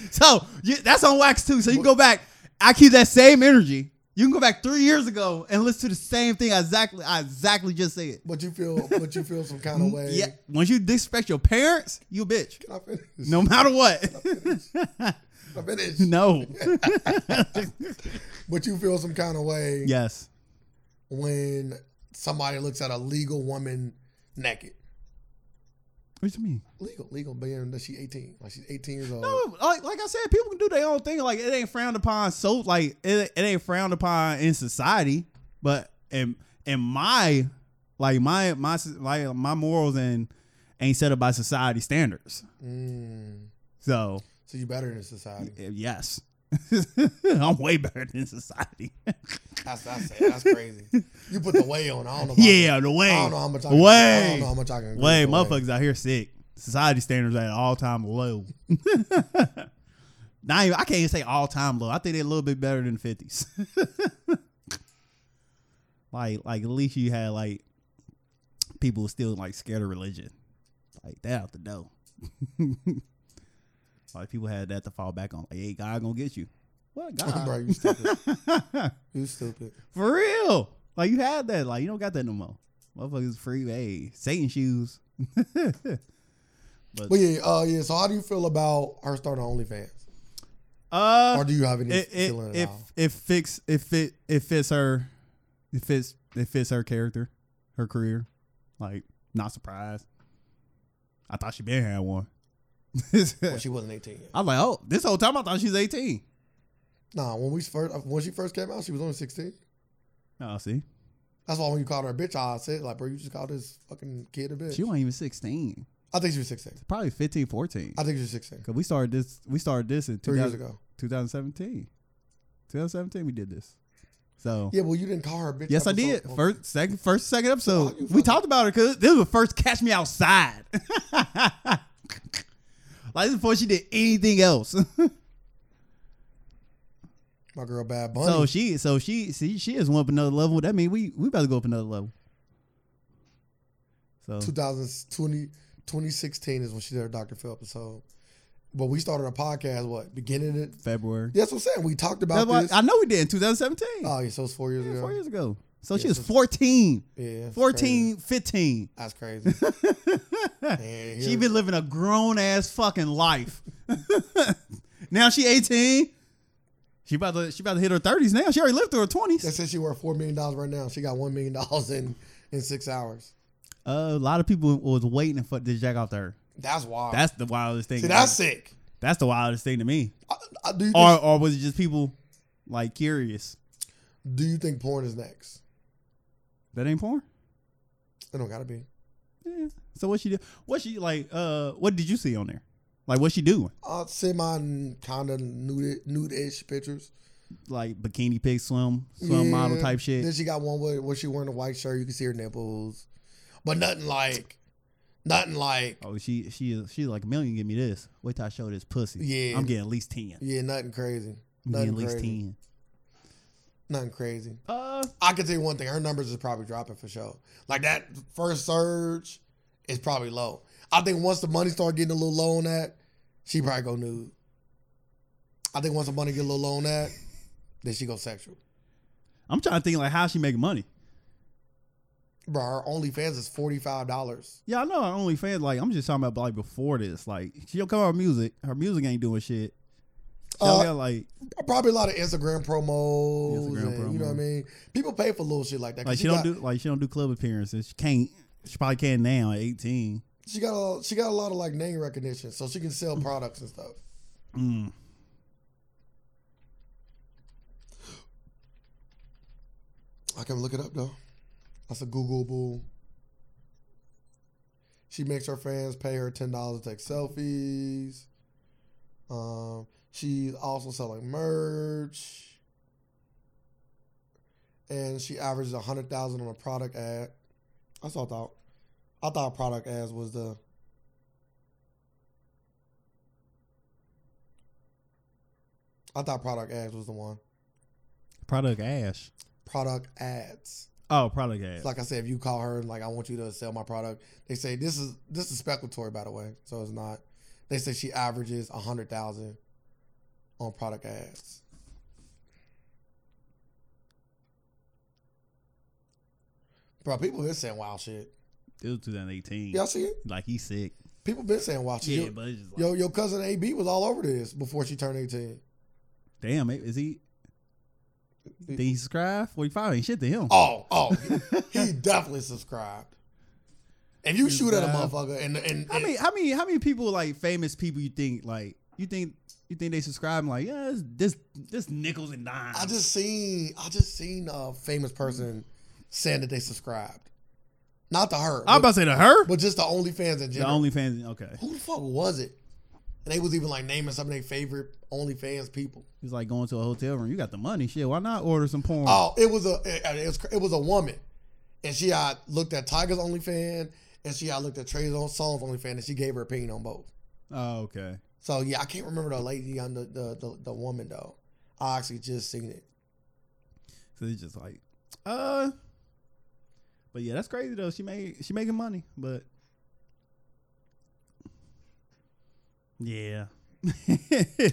so you, that's on wax too. So you can go back. I keep that same energy. You can go back three years ago and listen to the same thing I exactly. I exactly just said. but you feel but you feel some kind of way. Yeah. Once you disrespect your parents, you a bitch. Can I finish? No matter what. Can I finish? no. But you feel some kind of way yes. when somebody looks at a legal woman naked. What do you mean? Legal, legal, being that she eighteen. Like she's eighteen years old. No, like, like I said, people can do their own thing. Like it ain't frowned upon. So like it, it ain't frowned upon in society, but in in my like my my s- like my morals and ain't set up by society standards. Mm, So so you better than society. eh, yes, I'm way better than society. That's that's that's crazy. You put the way on. I don't know. about yeah, the that. way I don't know how much the I can, I way don't know how much I can. agree way with the motherfuckers out here sick. Society standards at all time low. Not even, I can't even say all time low. I think they're a little bit better than fifties. like like at least you had like people who still like scared of religion. Like that out the door. like people had that to fall back on. Like, hey, God gonna get you. What Bro, God? you stupid. you stupid. For real. Like you had that. Like you don't got that no more. Motherfuckers free. Hey, Satan shoes. But yeah, uh, yeah. So how do you feel about her starting OnlyFans, Uh, or do you have any it it feeling at it, all? it fits it fit it fits her, it fits it fits her character, her career. Like not surprised. I thought she been had one. Well, she wasn't eighteen. Yet. I was like, oh, this whole time I thought she was eighteen. Nah, when we first uh, when she first came out, she was only sixteen. Oh, see, That's why when you called her a bitch, I said like, bro, you just called this fucking kid a bitch. she wasn't even sixteen. I think she was sixteen. Probably 15, 14. I think she was sixteen. Cause we started this, we started this in Three 2000 years ago. 2017. 2017, we did this. So Yeah, well, you didn't call her a bitch. yes, I episode- did. okay. First, second, first, second Oh, you episode, we fucking- talked about it because this was the first catch me outside. like this is before she did anything else. my girl, Bad Bunny. so she, so she, see, she is one up another level. That means we we about to go up another level. So 2020, 2016 is when she did her Dr. Phil episode. But we started a podcast, what, beginning of February. That's what I'm saying. We talked about That's why this. I know we did in 2017, oh, yeah, so it's four years Yeah, ago. four years ago. So Yeah, she was so- 14, Yeah. it's 14, 15. crazy. That's crazy. Man, She here- been living a grown ass fucking life. now she 18. She about to she about to hit her 30s now. She already lived through her 20s. They said she worth $4 million right now. She got $1 million in, in six hours. Uh, a lot of people was waiting for this jack off to her. That's wild. That's the wildest thing. See, that's sick. That's the wildest thing to me. I, I, do, you think, Or or was it just people like curious? do you think porn is next? That ain't porn. It don't got to be. Yeah. So what she do? What she like? Uh, what did you see on there? Like what she doing? I'll send mine kind of nude, Uh, nude-ish pictures. Like bikini pic, swim, swim Yeah. model type shit. Then she got one where, where she wearing a white shirt. You can see her nipples, but nothing like, nothing like, Oh, she she is she's like a million. Give me this. Wait till I show this pussy. Yeah. I'm getting at least ten. yeah, nothing crazy, Yeah, nothing at least crazy, ten. nothing crazy. Uh, I can tell you one thing: her numbers is probably dropping for sure. Like that first surge is probably low. I think once the money start getting a little low on that, she probably go nude. I think once the money get a little low on that, then she go sexual. I'm trying to think like how she making money. Bro, our OnlyFans is forty five dollars. Yeah, I know her OnlyFans. Like, I'm just talking about like before this. Like, she'll come out with music. Her music ain't doing shit. She Uh, only got, like, Probably a lot of Instagram promos. Instagram and, You know what I promos. mean? People pay for little shit like that. 'cause like she don't got, do like she don't do club appearances. She can't. She probably can now at 18. She got a she got a lot of like name recognition, so she can sell products and stuff. Mm. I can look it up though. That's a Googleable. She makes her fans pay her ten dollars to take selfies. Um, she's also selling merch, and she averages a hundred thousand on a product ad. That's what I thought. I thought product ads was the. I thought product ads was the one. Product Ash. Product ads. Oh, Product Ash. It's like I said, if you call her and like I want you to sell my product, they say this is this is speculatory by the way, so it's not. They say she averages a hundred thousand on product ads. Bro, people been saying wild shit. it was 2018. Y'all see it? Like he's sick. People been saying wild shit. Yeah, Yo- but it's just like, yo, your cousin AB was all over this before she turned eighteen. damn, is he? Did he subscribe? 45 ain't shit to him. Oh, oh, he definitely subscribed. If you shoot at a Subscribe. motherfucker and and, How many? How many? How many people like famous people? You think like you think you think they subscribe? And like yeah, this this nickels and dimes. I just seen I just seen a famous person saying that they subscribed, not to her, I'm but, about to say to her. but just to OnlyFans in The general. OnlyFans. Okay, Who the fuck was it? And they was even like naming some of their favorite OnlyFans people. it's like going to a hotel room. You got the money, shit. Why not order some porn? Oh, it was a it, it was it was a woman, and she I looked at Tiger's OnlyFans and she I looked at Trey's own songs OnlyFans and she gave her opinion on both. Oh, okay. So yeah, I can't remember the lady on the the the, the woman though. I actually just seen it. So it's just like, uh. But yeah, that's crazy though. She made she making money, but yeah.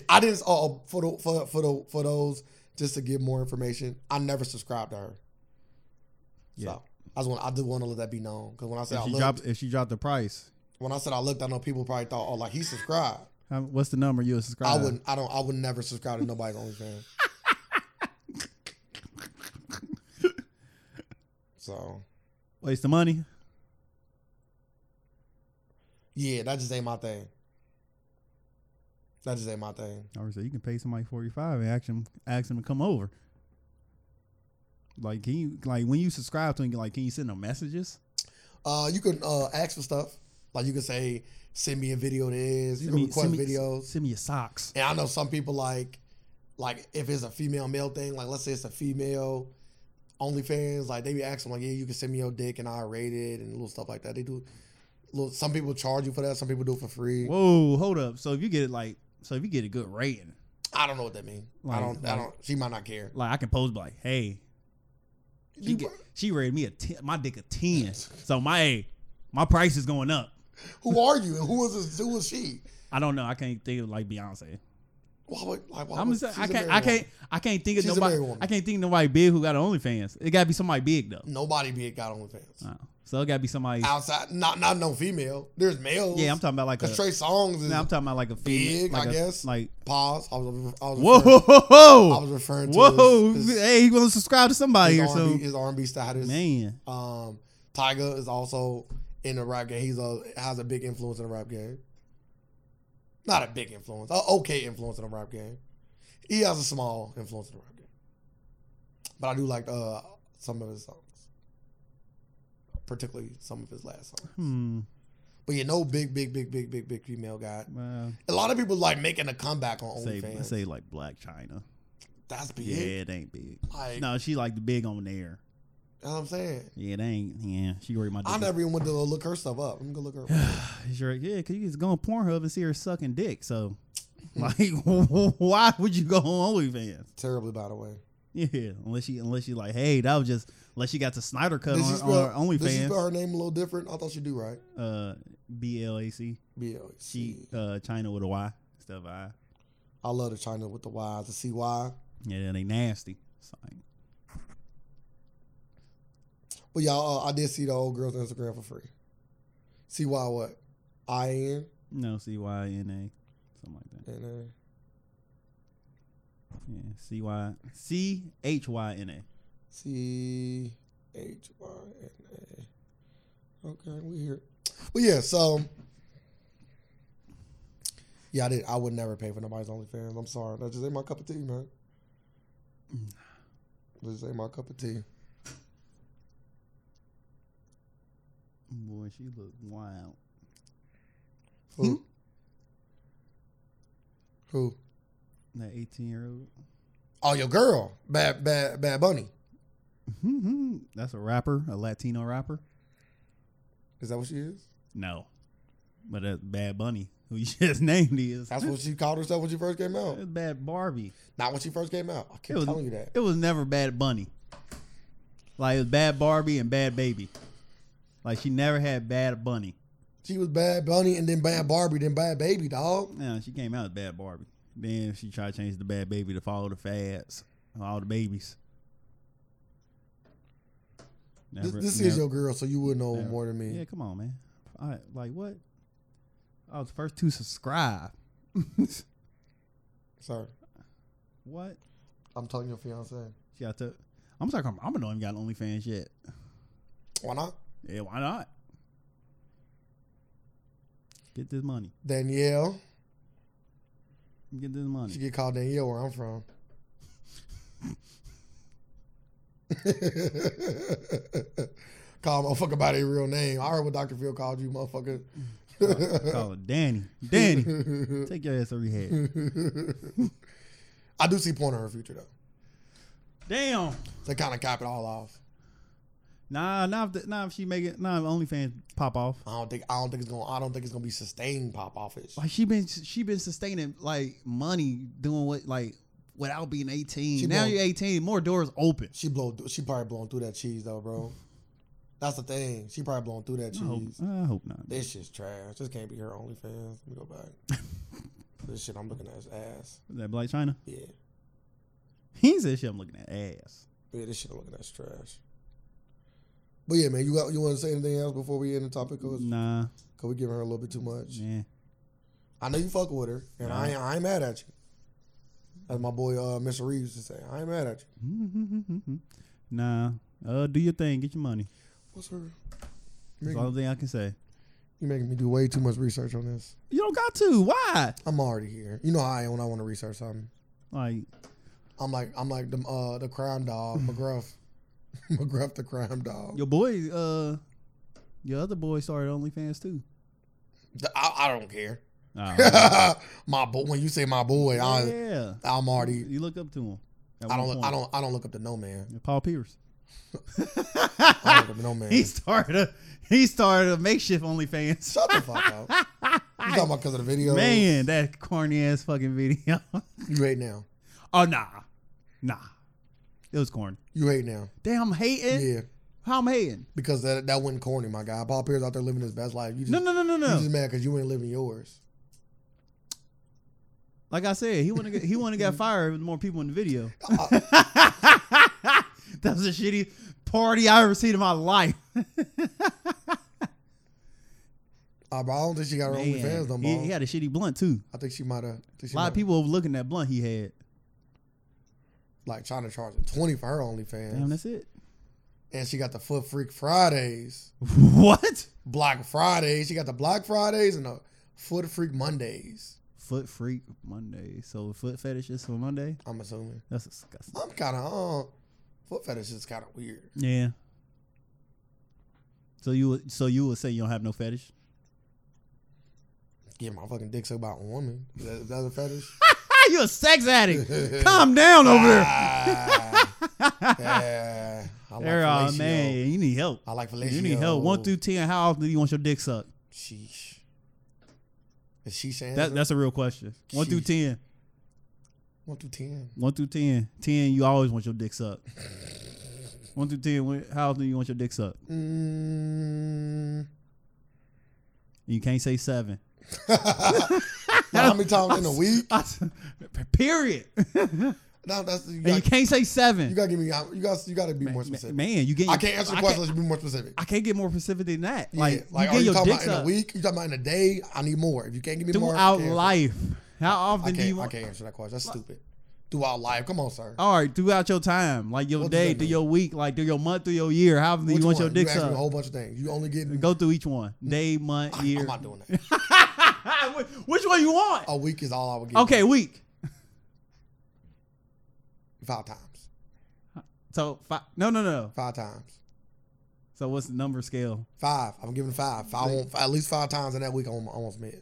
I didn't. Oh, for the, for for the, for those, just to give more information, I never subscribed to her. Yeah. So I just want. I do want to let that be known because when I said if I she looked, dropped if she dropped the price, when I said I looked, I know people probably thought, oh, like he subscribed. how, what's the number you would I subscribe? wouldn't. I don't. I would never subscribe to nobody's OnlyFans. so waste the money. yeah, that just ain't my thing. That just ain't my thing. I would say you can pay somebody forty five and ask them ask them to come over. Like can you like when you subscribe to them, like can you send them messages? Uh, you can uh ask for stuff. Like you can say, send me a video. of This you Send can me- request send me- videos. Send me your socks. And I know some people like, like if it's a female male thing, like let's say it's a female OnlyFans, like they be asking like, yeah, you can send me your dick and I rate it and little stuff like that. They do, little some people charge you for that, some people do it for free. Whoa, hold up. So if you get it like so if you get a good rating, I don't know what that means. Like- I don't. I like- don't. She might not care. like I can post like, hey, she, You- get, she rated me a ten, my dick a ten. So my my price is going up. who are you and who is this? Who is she? I don't know. I can't think of like Beyonce. Why would like? Why I'm would, just, I Oh, she's a can't married I can't woman. I can't think of She's a nobody married woman. I can't think of nobody big who got OnlyFans. It gotta be somebody big though. Nobody be got OnlyFans Oh, so it gotta be somebody. outside. Not not no female. There's males. Yeah, I'm talking about like a. Cause Trey Songs is Now I'm talking about like a female. Big, like I a- guess. Like pause. I was. I was whoa, referring- I whoa, was referring to whoa. his- his- hey, you gonna subscribe to somebody here? his R&B, So his R&B status. man, Um, Tiger is also in the rap game. He's a has a big influence in the rap game. Not a big influence, a okay influence in the rap game. He has a small influence in the rap game, but I do like uh some of his songs, particularly some of his last songs. hmm. But you know, big, big, big, big, big, big female guy. Well, A lot of people like making a comeback on say OnlyFans. say like Black China. That's big. Yeah, it ain't big. Like, No, she like the big on there. you know what I'm saying. Yeah, it ain't. Yeah, she rated my dick. I never even went to look her stuff up. Let me go look her up. Sure, yeah, because you just go on Pornhub and see her sucking dick. So, like, why would you go on OnlyFans? Terribly, by the way. Yeah, unless she unless she like, hey, that was just unless she got the Snyder cut Did on, she her- spell, on her did she spell OnlyFans. her name a little different? I thought she do right. Uh, B L A C. B L E She C. uh China with a Y instead of I. I love the China with the Y's, the C Y. Yeah, they nasty. It's like, But y'all, uh, I did see the old girl's Instagram for free. See why what? I am No, C Y N A, something like that. and uh, Yeah, C Y C H Y N A. C H Y N A. Okay, we here. Well, yeah. So, yeah, I did. I would never pay for nobody's OnlyFans. I'm sorry. That just ain't my cup of tea, man. That just ain't my cup of tea. Boy, she look wild. Who? Hmm? Who? That eighteen year old. Oh, your girl, bad, bad, bad bunny. That's a rapper, a Latino rapper. Is that what she is? No, but that's Bad Bunny, who you just named is. That's what she called herself when she first came out. It's Bad Barbie. Not when she first came out. I keep It was- telling you that. It was never Bad Bunny. Like it was Bad Barbie and Bad Baby. Like she never had Bad Bunny. She was bad bunny, and then bad Barbie, then bad baby dog. Yeah, she came out as Bad Barbie. Then she tried to change the Bad Baby to follow the fads, all the babies. This, Never- this never- is your girl, so you would know Yeah. more than me. Yeah, come on, man. I, like what? I was the first to subscribe. Sorry, what? I'm telling your fiance. She got to. I'm sorry, I'm, I'm not even got OnlyFans yet. Why not? Yeah, why not? Get this money. Danielle. Get this She money. get called Danielle where I'm from. Call motherfucker by their real name. I heard what Dr. Phil called you, motherfucker. uh, Call it Danny. Danny, take your ass to rehab. I do see porn in her future though. Damn. They kind of cap it all off. Nah, not if, the, nah, if she make it. Nah, if OnlyFans pop off. I don't think I don't think it's gonna I don't think it's gonna be sustained pop offish. Like she been she been sustaining like money doing what like without being 18. She now won't. you're 18, more doors open. She blow she probably blowing through that cheese though, bro. That's the thing. She probably blowing through that I hope, cheese. I hope not. This shit's trash. This can't be her OnlyFans. Let me go back. this shit I'm looking at is ass. Is that Black China? Yeah. He said shit I'm looking at ass. Yeah, this shit I'm looking at is trash. But yeah, man, you got you want to say anything else before we end the topic? Cause, Nah. 'cause we giving her a little bit too much. Yeah. I know you fucking with her, and I ain't, I ain't mad at you. As my boy uh, Mr. Reeves used to say, I ain't mad at you. nah. Uh do your thing. Get your money. What's her? That's Making, all the thing I can say. you making me do way too much research on this. You don't got to. Why? I'm already here. You know how I am when I want to research something. Like I'm like I'm like the uh, the crime dog McGruff, McGruff the crime dog. your boy, uh your other boy started OnlyFans too. I, I don't care. Oh, my boy, when you say my boy, I yeah. I'm already You look up to him. at I one don't. Look, I point. don't. I don't look up to no man. Paul Pierce. I don't look up to no man. He started a he started a makeshift OnlyFans. Shut the fuck up. You talking about because of the video? Man, that corny ass fucking video. you hate now. oh nah, nah, it was corny. You hate now. Damn, I'm hating. Yeah, How I'm hating? because that that wasn't corny, my guy. Paul Pierce out there living his best life. You just, No, no, no, no, You no. just mad because you ain't living yours. Like I said, he wouldn't. He wouldn't got fired with more people in the video. I, that was the shitty party I ever seen in my life. I, Uh, bro, I don't think she got her Man, OnlyFans no he, more. he had a shitty blunt too. I think she might have. A lot of people overlooking that blunt he had. like trying to charge her twenty for her OnlyFans, Damn, that's it. and she got the Foot Freak Fridays, What? Black Fridays. She got the Black Fridays and the Foot Freak Mondays. Foot freak Monday. So foot fetish is for Monday. I'm assuming. That's disgusting. I'm kind of uh, foot fetish is kind of weird. Yeah. So you would so you would say you don't have no fetish? Get my fucking dick sucked by a woman. Is that, is that a fetish? Ah, you a sex addict. Calm down over there. ah, yeah. I like There, oh fellatio. man, you need help. I like fellatio. You need help. One through ten. How often do you want your dick sucked? Sheesh. Is she saying That, that's a real question. One through Sheesh. ten. one through ten? One through ten. Ten, you always want your dick sucked. One through ten. when- How often do you want your dick sucked? Mm. You can't say seven. Now, how many times in a week? Period. No, that's you. And you Got, can't say you seven. gotta give me. You got. You gotta be more specific. Man, you get. I can't answer the question unless you be more specific. I can't get more specific than that. Like, Like, yeah, like you are get you your talking about dicks in a up week? You talking about in a day? I need more. If you can't give me more, I throughout can't answer. life. How I often do you? can't. I want? can't answer that question. That's stupid. Throughout life, come on, sir. All right, throughout your time, like your What does day, that through mean? your week, like through your month, through your year. How often do Which you want one? your dicks asked me a up? whole bunch of things. You only getting Go through each one. Day, month, I'm year. not doing that. Which one you want? A week is all I would get. Okay, week. five times. So five. No, no, no. Five times. So what's the number scale? Five. I'm giving five. If I want at least five times in that week. I want, I want some head.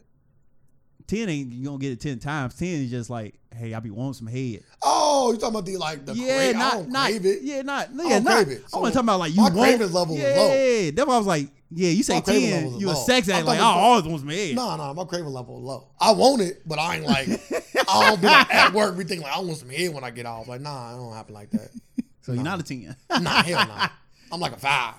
Ten ain't you gonna get it ten times. Ten is just like, hey, I be wanting some head. Oh, you talking about the like the yeah, crave? I not don't not crave it. yeah, not I yeah, don't not. crave it. I want So to talk about like you my want. craving level is yeah, That's why I was like, yeah, you say My craving level ten, is you a low. sex I addict. Like, oh, I thought it was- always want some head. No, no, my craving level is low. I want it, but I ain't like I don't be like at work be thinking like I want some head when I get off. Like, nah, it don't happen like that. so you're not a ten. Nah, hell nah. I'm like a five.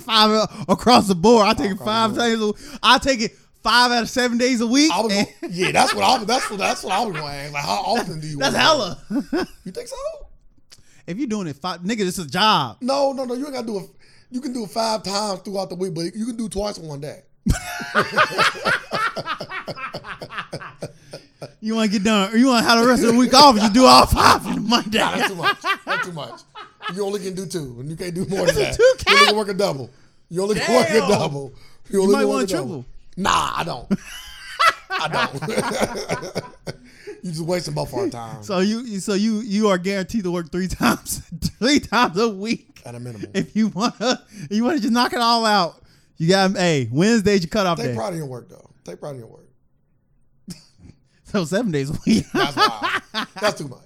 five a- across the board. I take it across five the days. A, I take it five out of seven days a week. I was and gonna, yeah, that's what I was that's what that's what I was going to ask. Like how often do you that's want it? hella. You think so? if you're doing it five, nigga, this is a job. No, no, no. You ain't gotta do it. You can do it five times throughout the week, but you can do twice in one day. You want to get done. You want to have the rest of the week off. You do all five on Monday. Nah, that's too much. That's too much. You only can do two, and you can't do more than That's a that. two You only cap. can work a double. You only can work a Damn. double. You, only might can work want a a triple. double. Nah, I don't. I don't. you just wasting both our time So you, you- so you, you are guaranteed to work three times, three times a week. at a minimum. If you wanna, you wanna just knock it all out. You got hey Wednesday's your cutoff Take day, pride in your work, though. Take pride in your work. so seven days a week. That's wild. That's too much.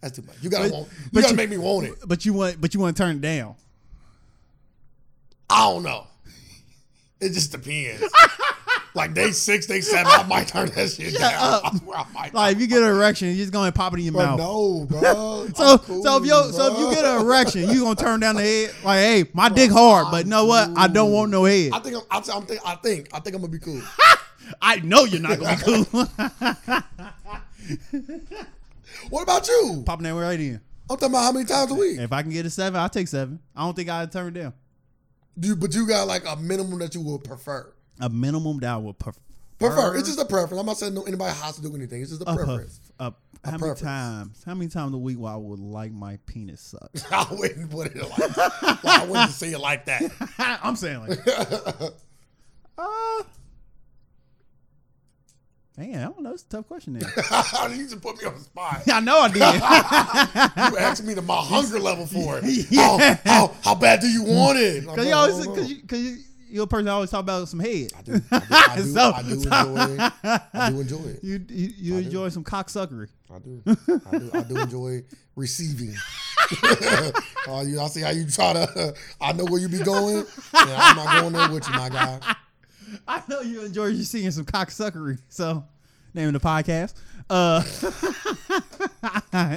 That's too much. You gotta But- want. You but gotta you- make me want it. but you want, but you want to turn it down. I don't know. It just depends. like day six, day seven, I might turn that shit down. up. I swear I might. Like if you get an erection, you're just gonna pop it in your Bro, mouth. no, bro. So, I'm cool, so if you so if you bro. get an erection, you gonna turn down the head like, hey, my dick hard, but know what? I don't want no head. I think I'm, I'm, I'm think, I think I think I'm gonna be cool. I know you're not gonna be cool. What about you? Popping that right in. I'm talking about how many times a week. If I can get a seven, I'll take seven. I don't think I'd turn it down. Do you, but you got like a minimum that you would prefer. A minimum that I would prefer. Prefer. It's just a preference. I'm not saying no, anybody has to do anything. It's just a a, preference. a, how many preference. times? How many times a week while I would like my penis sucked? I wouldn't put it like. That. I wouldn't say it like that. I'm saying like, uh, man, I don't know. It's a tough question. There, you just put me on the spot. I know I did. You asked me to my hunger level for it. Yeah. How, how, how bad do you want it? Cause you always, cause you, cause you, you're a person that always talk about some head. I do, I do, So- I do enjoy it. I do enjoy it. You you, you enjoy some cocksuckery. I do. I do. I do enjoy receiving. uh, you, I see how you try to. I know where you be going. Yeah, I'm not going there with you, my guy. I know you enjoy you seeing some cocksuckery. So, name of the podcast, uh,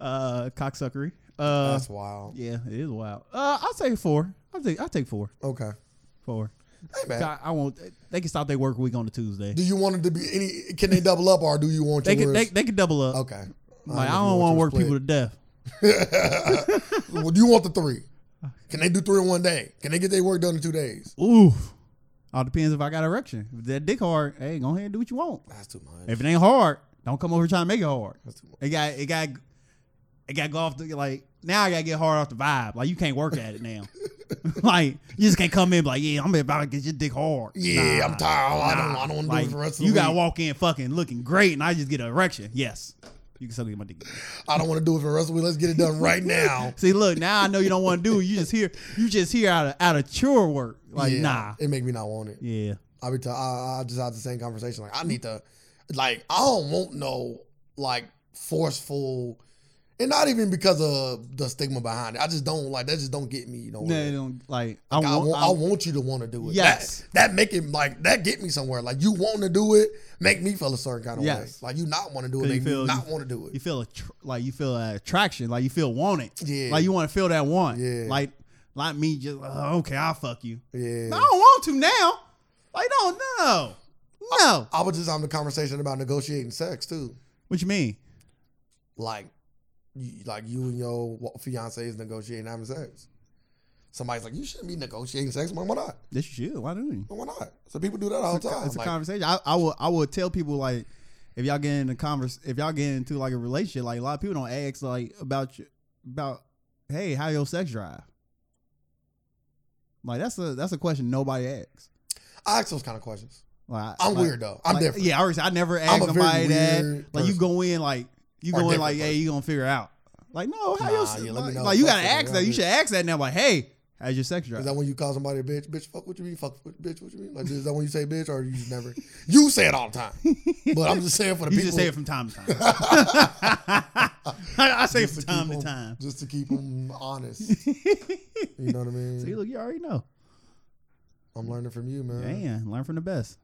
uh, cocksuckery. Uh, That's wild. yeah, it is wild. Uh, I'll take four. I'll take I'll take four. Okay. Four. Hey, man. I, I won't. They can stop their work week on the Tuesday. Do you want it to be any? Can they double up or do you want They yours? can they, they can double up. okay. Like I don't want to work people to death. people. Well, do you want the three? Can they do three in one day? Can they get their work done in two days? Ooh. All depends if I got erection. If that dick hard, hey, go ahead and do what you want. That's too much. If it ain't hard, don't come over trying to make it hard. That's too much. It got it got it got go off the like now I gotta get hard off the vibe. Like you can't work at it now. like you just can't come in and be like, yeah, I'm about to get your dick hard. Yeah, Nah, I'm tired. I don't. I don't want to do like, it for the rest of the you week. gotta walk in fucking looking great and I just get an erection. Yes. You can still get my dick. I don't want to do it for the rest of the week. Let's get it done right now. See, look, now I know you don't want to do it. You just hear you just hear out of out of chore work. Like, Yeah, nah. it make me not want it. Yeah. I be. T- I, I just have the same conversation. Like I need to. Like I don't want no like forceful, and not even because of the stigma behind it. I just don't like that. Just don't get me. You know. They don't like I I want, want, I I want you to want to do it. Yes. That, that make it like that get me somewhere. Like you want to do it, make me feel a certain kind of Yes. way. Like you not want to do it, Cause you make feel- me not want to do you it. feel attr- like you feel that attraction, like you feel wanted. Yeah. Like you want to feel that want. Yeah. Like like me just "Oh, okay, I'll fuck you. Yeah. I don't want to now. Like no, no. No. I was just on the conversation about negotiating sex too. What you mean? like you, like you and your wa- fiance is negotiating having sex. Somebody's like, you shouldn't be negotiating sex. I'm like, why not? This shit. Why don't you? Well, Why not? So people do that all it's the a, time. it's a Like, conversation. I, I will I will tell people like if y'all get in a converse if y'all get into like a relationship, like a lot of people don't ask like about you about hey, how your sex drive? Like that's a that's a question nobody asks. I ask those kind of questions. Like I- I'm like- weird though. I'm like, different. Yeah, I, always, I never I'm ask a very somebody that. weird Like you person. go in like you Or go in different like, hey, person. you gonna figure it out. Like no, how Nah, your yeah, se- let me like, know. like, you Fuck gotta it, ask yeah, that. You bitch. should ask that now. Like hey, how's your sex drive? Is that when you call somebody a bitch? Bitch, fuck what you mean? Fuck what, bitch, what you mean? Like, is that when you say bitch or you just never? You say it all the time. But I'm just saying for the you people. just say it from time to time. I, I say it from just to time keep to 'em- time. Just to keep them honest. You know what I See, mean? look, you already know. I'm learning from you, man. Damn, learn from the best.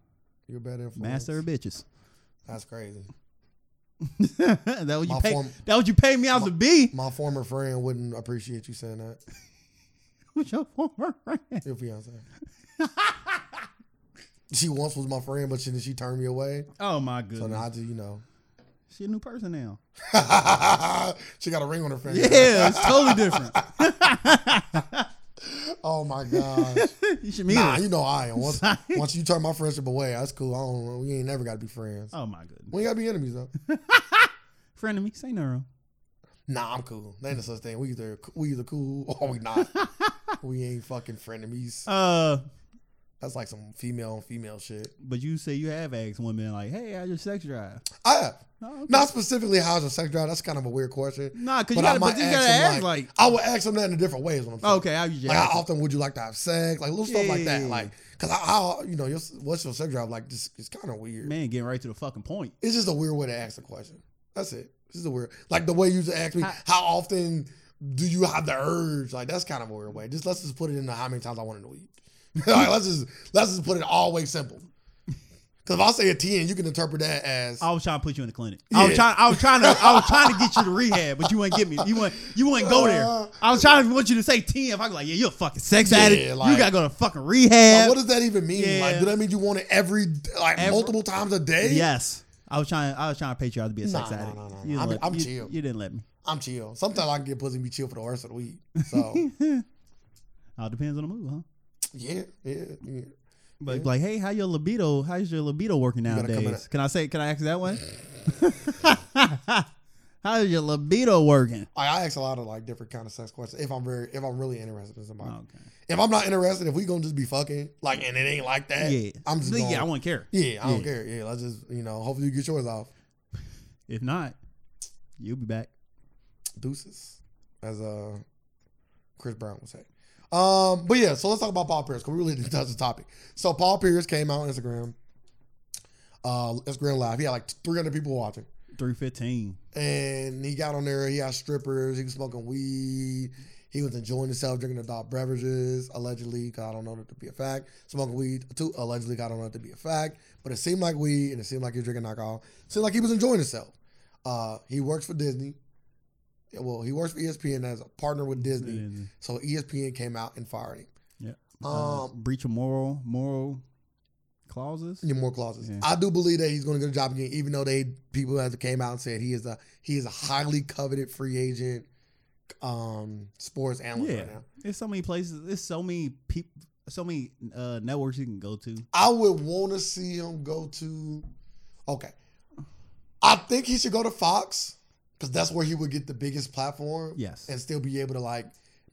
You're a bad influence. Master of bitches. That's crazy. that what you My pay. form- that what you pay me out to be. My former friend wouldn't appreciate you saying that. With your former friend. Your fiance. she once was my friend, but she she turned me away. Oh my So now goodness, I just, you know. she a new person now. she got a ring on her finger. Yeah, it's totally different. Oh my gosh. you should meet Nah, her. you know I am. Once, once you turn my friendship away, that's cool. I don't. We ain't never got to be friends. Oh my goodness, We ain't got to be enemies though. friend of me, say no wrong. Nah, I'm cool. There ain't no such thing. We either we either cool or we not. we ain't fucking frenemies. Uh, That's like some female on female shit. but you say you have asked women like, hey, how's your sex drive? I have. No, okay. Not specifically how's your sex drive. That's kind of a weird question. nah, cause you But I gotta, might but you ask gotta them, ask like, "Oh, I would ask them that in a different way. Is what I'm saying. okay, how you? Like how often would you like to have sex? Like little stuff like Yeah. that. Like because I, I you know your, what's your sex drive like? Just it's kind of weird. man, getting right to the fucking point. It's just a weird way to ask the question. That's it. This is a weird, like the way you just asked me, I- how often do you have the urge? Like that's kind of a weird way. Just let's just put it into how many times I want in a week. like let's just let's just put it always simple. Because if I say a ten, you can interpret that as I was trying to put you in the clinic. I was Yeah. trying. I was trying to. I was trying to get you to rehab, but you wouldn't get me. You wouldn't. You wouldn't go there. I was trying to want you to say ten. If I was like, yeah, you're a fucking sex Uh-huh. Yeah, addict. you like- gotta go to fucking like, rehab. what does that even mean? Like, Yeah. do that mean you want it every like Every- multiple times a day? yes, I was trying. I was trying to pay you out to be a sex Nah, nah, addict. nah, nah, You nah. didn't I'm- let- I'm you- chill. You didn't let me. I'm chill. Sometimes I can get pussy and be chill for the rest of the week. So All depends on the move, huh? yeah, yeah, yeah. But Yeah. like, hey, how your libido? How's your libido working gotta come in nowadays? a- Can I say? Can I ask that one? How's your libido working? Like, I ask a lot of like different kind of sex questions if I'm very if I'm really interested in somebody. Okay. If I'm not interested, if we gonna just be fucking, like, and it ain't like that, Yeah. I'm just gonna, yeah. yeah, I I, wouldn't care. don't yeah. care. Yeah, let's just, you know, hopefully you get yours off. If not, you'll be back. Deuces, as uh, Chris Brown would say. Um, but yeah, so let's talk about Paul Pierce because we really didn't touch the topic. So Paul Pierce came out on Instagram, uh, Instagram Live. He had like 300 people watching, Three fifteen. and he got on there. He had strippers. He was smoking weed. He was enjoying himself, drinking adult beverages, allegedly. Cause I don't know that to be a fact. Smoking weed, too, allegedly. 'cause I don't know that to be a fact. But it seemed like weed, and it seemed like he was drinking alcohol. seemed like he was enjoying himself. Uh, he works for Disney. Yeah, Well, he works for E ESPN as a partner with Disney. So E ESPN came out and fired him. Uh, Um, breach of moral moral clauses. Need more clauses. Yeah. I do believe that he's going to get a job again, even though they people have came out and said he is a he is a highly coveted free agent, um, sports analyst Yeah. right now. There's so many places. There's so many people. So many uh, networks you can go to. I would want to see him go to. Okay, I think he should go to Fox because that's where he would get the biggest platform Yes. and still be able to like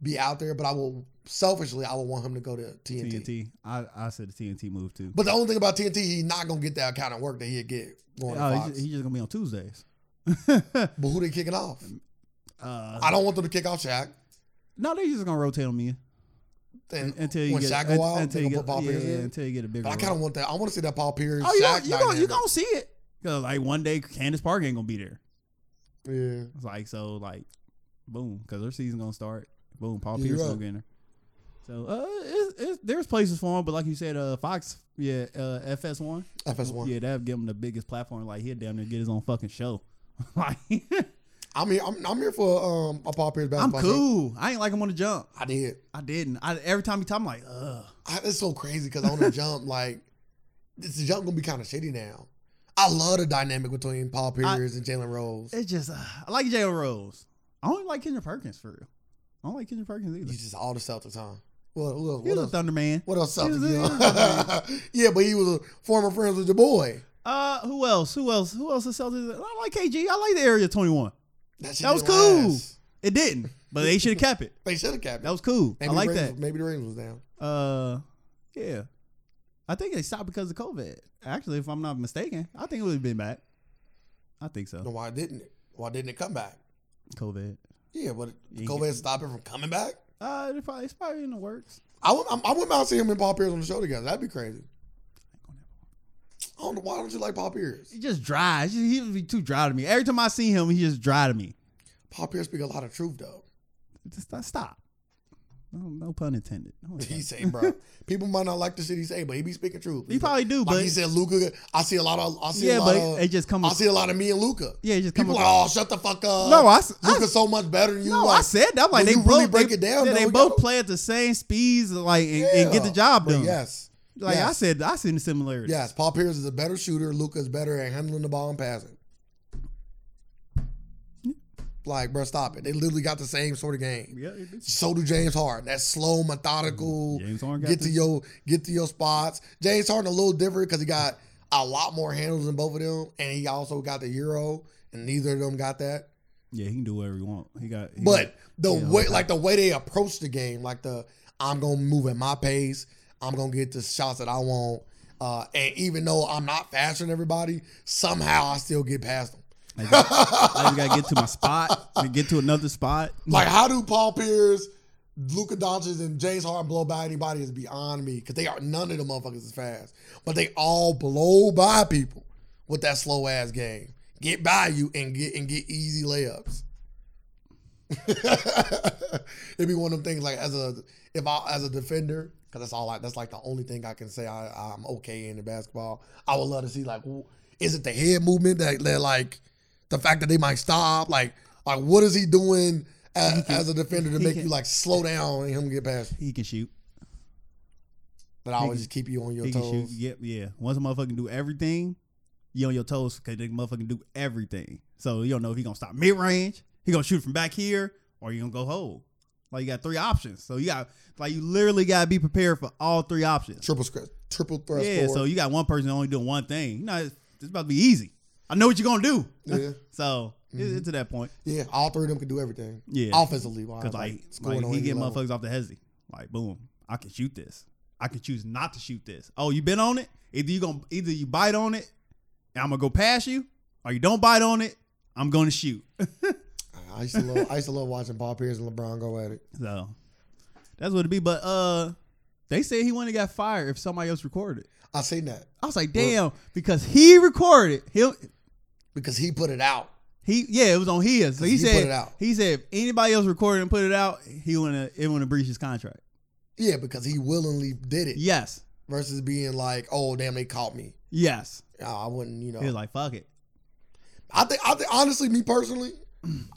be out there. But I will selfishly, I would want him to go to TNT. TNT. I I said the TNT move too. But the only thing about TNT, he's not gonna get that kind of work that he'd get going to Oh, he's, Fox. just, he's just gonna be on Tuesdays. but who they kicking off? Um, Uh, I don't want them to kick off Shaq. no, they just gonna rotate on me Then until you when get Shaq un- go out, until they you gonna get put Paul yeah, Pierce in. until you get a bigger. But I kind role. of want that. I want to see that Paul Pierce. oh, you Shaq gonna, you gonna you dynamic. gonna see it? Cause like one day Candace Park ain't gonna be there. Yeah. It's like so like, boom. Cause their season gonna start. Boom. Paul Yeah, Pierce you're gonna right. get in there. So uh, it's, it's, there's places for him, but like you said, uh, Fox, yeah, uh, FS1, FS1. yeah, that'll give him the biggest platform. Like he'll damn near get his own fucking show. like I'm here. I'm, I'm here for um, a Paul Pierce I'm basketball. team. cool. I ain't like him on the jump. I did. I didn't. I every time he talk, I'm like, ugh. I, it's so crazy because on the jump, like this jump gonna be kind of shitty now. I love the dynamic between Paul Pierce and Jalen Rose. It's just uh, I like Jalen Rose. I don't like Kendrick Perkins for real. I don't like Kendrick Perkins either. He's just all the Celtics, huh? What, what, He what was a else? Thunder man. What else? he was a- Celtics, yeah. yeah, but he was a former friends with your boy. Uh, who else? Who else? Who else? The Celtics. I like KG. I like the Area 21. That, shit That was didn't cool. last. It didn't, but they should have kept it. They should have kept it. That was cool. Maybe I like the that. ratings- Maybe the ratings was down. Uh, yeah. I think they stopped because of COVID. Actually, if I'm not mistaken, I think it would have been back. I think so. Then why didn't it? Why didn't it come back? COVID. Yeah, but You COVID stopped it from coming back. Uh, it's probably, it's probably in the works. I would, I'm- I wouldn't mind seeing him and Paul Pierce on the show together. That'd be crazy. I don't know why don't you like Paul Pierce? He just dry. It's just- he would be too dry to me. Every time I see him, he just dry to me. Paul Pierce speak a lot of truth though. Just stop. stop. No, no pun intended. No, it's He not. say, bro, people might not like the shit he say, but he be speaking truth. he probably do, like but he said, Luca. I see a lot of, I see yeah, a lot but it of, just come. I see a lot of me and Luca. yeah, it just come. People like, oh, shut the fuck up. no, I, s- I Luca's so much better than you. No, like, I said that. I'm like when they you both really break they, it down, yeah, though, they we both gotta- play at the same speeds, like and, and get the Yeah, job but done. Yes, like I yes. said, I seen the similarities. yes. Paul Pierce is a better shooter. Luca's better at handling the ball and passing. Like, bro, stop it. They literally got the same sort of game. yeah. it is. So do James Harden. That slow, methodical. James Harden got get to this. your get to your spots. James Harden a little different because he got a lot more handles than both of them, and he also got the euro, and neither of them got that. Yeah, he can do whatever he want. He got. He But the Yeah, way, okay. like the way they approach the game, like the I'm gonna move at my pace, I'm gonna get the shots that I want, uh, and even though I'm not faster than everybody, somehow I still get past them. got, I, just, I just gotta get to my spot and get to another spot. Like, how do Paul Pierce, Luka Doncic, and James Harden blow by anybody is beyond me because they are none of the motherfuckers is fast, but they all blow by people with that slow ass game. Get by you and get and get easy layups. It'd be one of them things like as a if I as a defender because that's all I, that's like the only thing I can say I, I'm okay in the basketball. I would love to see like wh- is it the head movement that, that like the fact that they might stop like like what is he doing as, as a defender to he make can- you like slow down and him get past? you? He can shoot. But I can- always just keep you on your He can shoot. toes. Yep. Yeah. Once a motherfucker can do everything, you on your toes because they motherfucker do everything. So you don't know if he gonna stop mid range, he gonna shoot from back here, or you gonna go hold. Like you got three options. So you got like you literally gotta be prepared for all three options. Triple script, triple thrust. yeah. So you got one person only doing one thing. You know it's, it's about to be easy. I know what you're gonna do. yeah, So it- Mm-hmm. it's to that point. yeah. All three of them can do everything. Yeah. Offensively, wise, Because like, like, on he any get level. motherfuckers off the hezzy. Like boom, I can shoot this. I can choose not to shoot this. Oh, you been on it? Either you gonna either you bite on it, and I'm gonna go past you, or you don't bite on it, I'm gonna shoot. I used to love I used to love watching Paul Pierce and LeBron go at it. so that's what it be. But uh, they said he wouldn't have got fired if somebody else recorded. it. I seen that I was like, damn, because he recorded. He because he put it out. he yeah, it was on his. So he, He put said it out. he said if anybody else recorded and put it out, he wanna it wanna breach his contract. Yeah, because he willingly did it Yes, versus being like, oh damn, they caught me. yes. Oh, I wouldn't, you know. He was like, fuck it. I think I think honestly, me personally,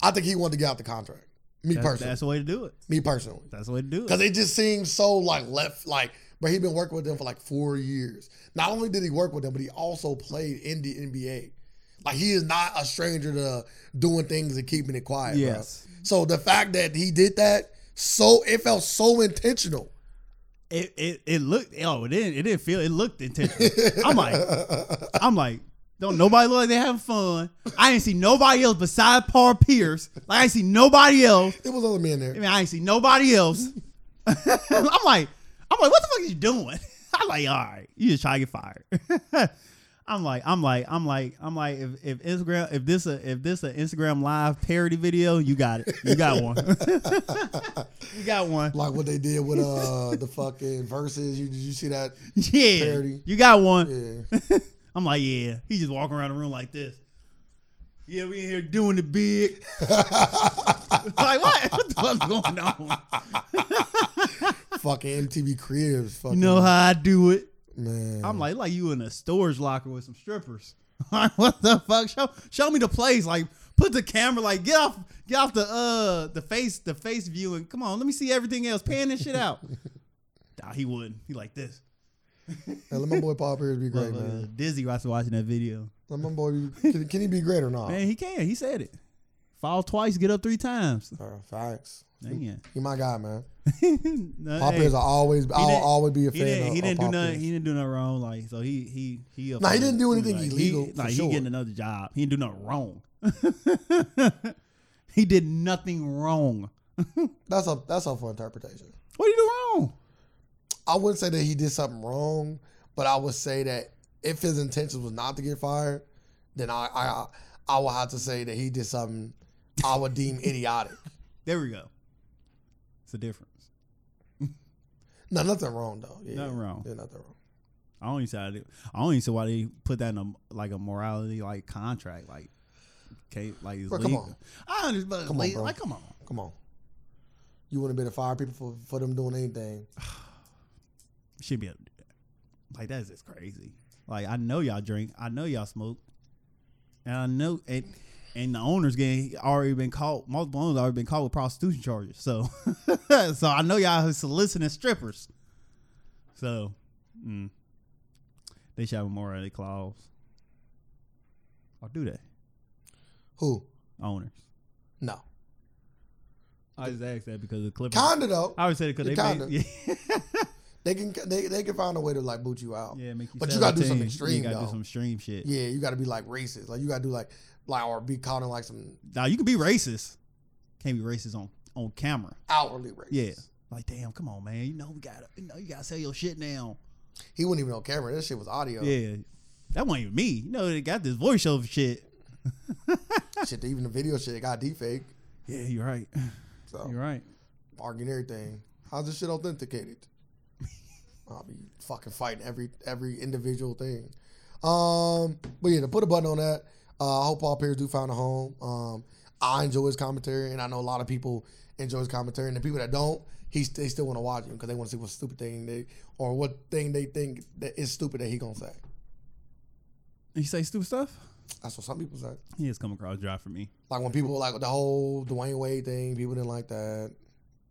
I think he wanted to get out the contract. Me That's, personally, that's the way to do it. me personally, That's the way to do it. because it just seems so like left like. But he been working with them for like four years. Not only did he work with them, but he also played in the NBA. Like he is not a stranger to doing things and keeping it quiet. bro. Yes. So the fact that he did that, so it felt so intentional. It it, it looked oh it didn't it didn't feel it looked intentional. I'm like I'm like don't nobody look like they having fun. I ain't see nobody else besides Paul Pierce. Like I ain't see nobody else. It was other men there. I mean I ain't see nobody else. I'm like I'm like what the fuck is you doing? I'm like all right you just try to get fired. I'm like I'm like I'm like I'm like if, if Instagram if this a if this a Instagram live parody video you got it you got one you got one Like what they did with uh the fucking verses. You did you see that? yeah Parody. you got one Yeah. I'm like, yeah. He just walking around the room like this. Yeah, we in here doing it big. like what? What the fuck's going on? fucking MTV Cribs. Fucking You know how I do it. man. I'm like, like you in a storage locker with some strippers. Like, what the fuck? Show show me the place. Like, put the camera. Like, get off, get off the uh the face the face view and come on, let me see everything else. Pan this shit out. nah, he wouldn't. He like this. Hey, let my boy Paul Pierce be great, Motherfucker man. was Dizzy after watching that video. Let my boy. Be, can, can he be great or not? Man, he can. He said it. Fall twice, get up three times. Uh, facts. Dang. He my guy, man. no, Pop hey, is always. I'll didn't- always be a he fan. didn't, of, he didn't of do Pop nothing. is. He didn't do nothing wrong. Like so, he he he. up Nah, he on didn't it. do anything like, illegal, He, for like he sure. getting another job. He didn't do nothing wrong. he did nothing wrong. That's a that's up for interpretation. What did he do wrong? I wouldn't say that he did something wrong, but I would say that if his intention was not to get fired, then I I I would have to say that he did something I would deem idiotic. There we go. It's a difference. No, nothing wrong though. Yeah, Nothing wrong. Yeah, nothing wrong. I don't even see how they, I don't even see why they put that in a like a morality like contract like okay like it's Bro, come legal. on. I understand, but Come on, le- bro. like come on. Come on. You wouldn't have been to fire people for, for them doing anything. should be a, like that's just crazy. Like I know y'all drink, I know y'all smoke, and I know and and the owners getting already been caught. Multiple owners already been caught with prostitution charges. So so I know y'all is soliciting strippers. So mm, they should have a morality clause. Or do they Who? owners? No. I just asked that because the Clippers. Kinda though. I always said it because they Kinda. made, yeah, They can they, they can find a way to like boot you out. Yeah, yeah, make you But you sell gotta the do some team. extreme, You gotta though. do some extreme shit. you got to be like racist. Like you got to do like like or be calling like some Now you can be racist. Can't be racist on on camera. outwardly racist. Yeah. Like damn, come on, man. You know we gotta you know you gotta sell your shit now. He wasn't even on camera. This shit was audio. Yeah. That wasn't even me. You know they got this voiceover shit. Shit, even the video shit it got defaked. Yeah, you're right. So You're right. arguing everything. How's this shit authenticated? I'll be fucking fighting every every individual thing. Um, but yeah, to put a button on that, uh, I hope all players do find a home. Um, I enjoy his commentary, and I know a lot of people enjoy his commentary, and the people that don't, he they still want to watch him because they want to see what stupid thing they or what thing they think that is stupid that he gonna say. You say stupid stuff? That's what some people say. He has come across dry for me. Like when people like the whole Dwayne Wade thing, people didn't like that.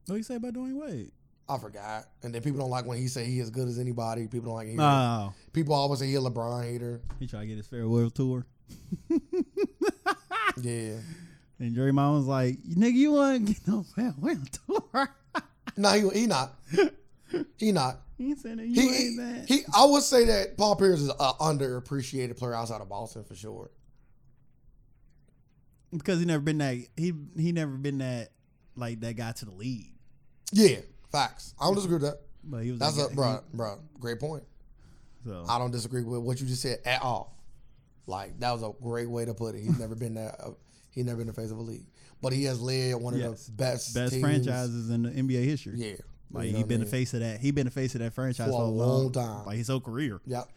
What do you say about Dwayne Wade? I forgot. And then people don't like when he say he as good as anybody. People don't like he No. People always say he a LeBron hater. Oh. He tried to get his farewell tour. Yeah. And Draymond was like, nigga, you wanna get no farewell tour? no, he he not. He not. he ain't saying that He, you ain't he, that. he- I would say that Paul Pierce is an underappreciated player outside of Boston for sure. because he never been that he he never been that like that guy to the league. Yeah, facts. I don't disagree with that. But he was That's that guy- a bro, bro. Great point. So I don't disagree with what you just said at all. Like that was a great way to put it. He's never been that. Uh, he never been the face of a league, but he has led one of Yes. the best best teams. franchises in the NBA history. Yeah, Like You know he what I been the mean? face of that. He been the face of that franchise For for, a a long, long time. like his whole career. Yep.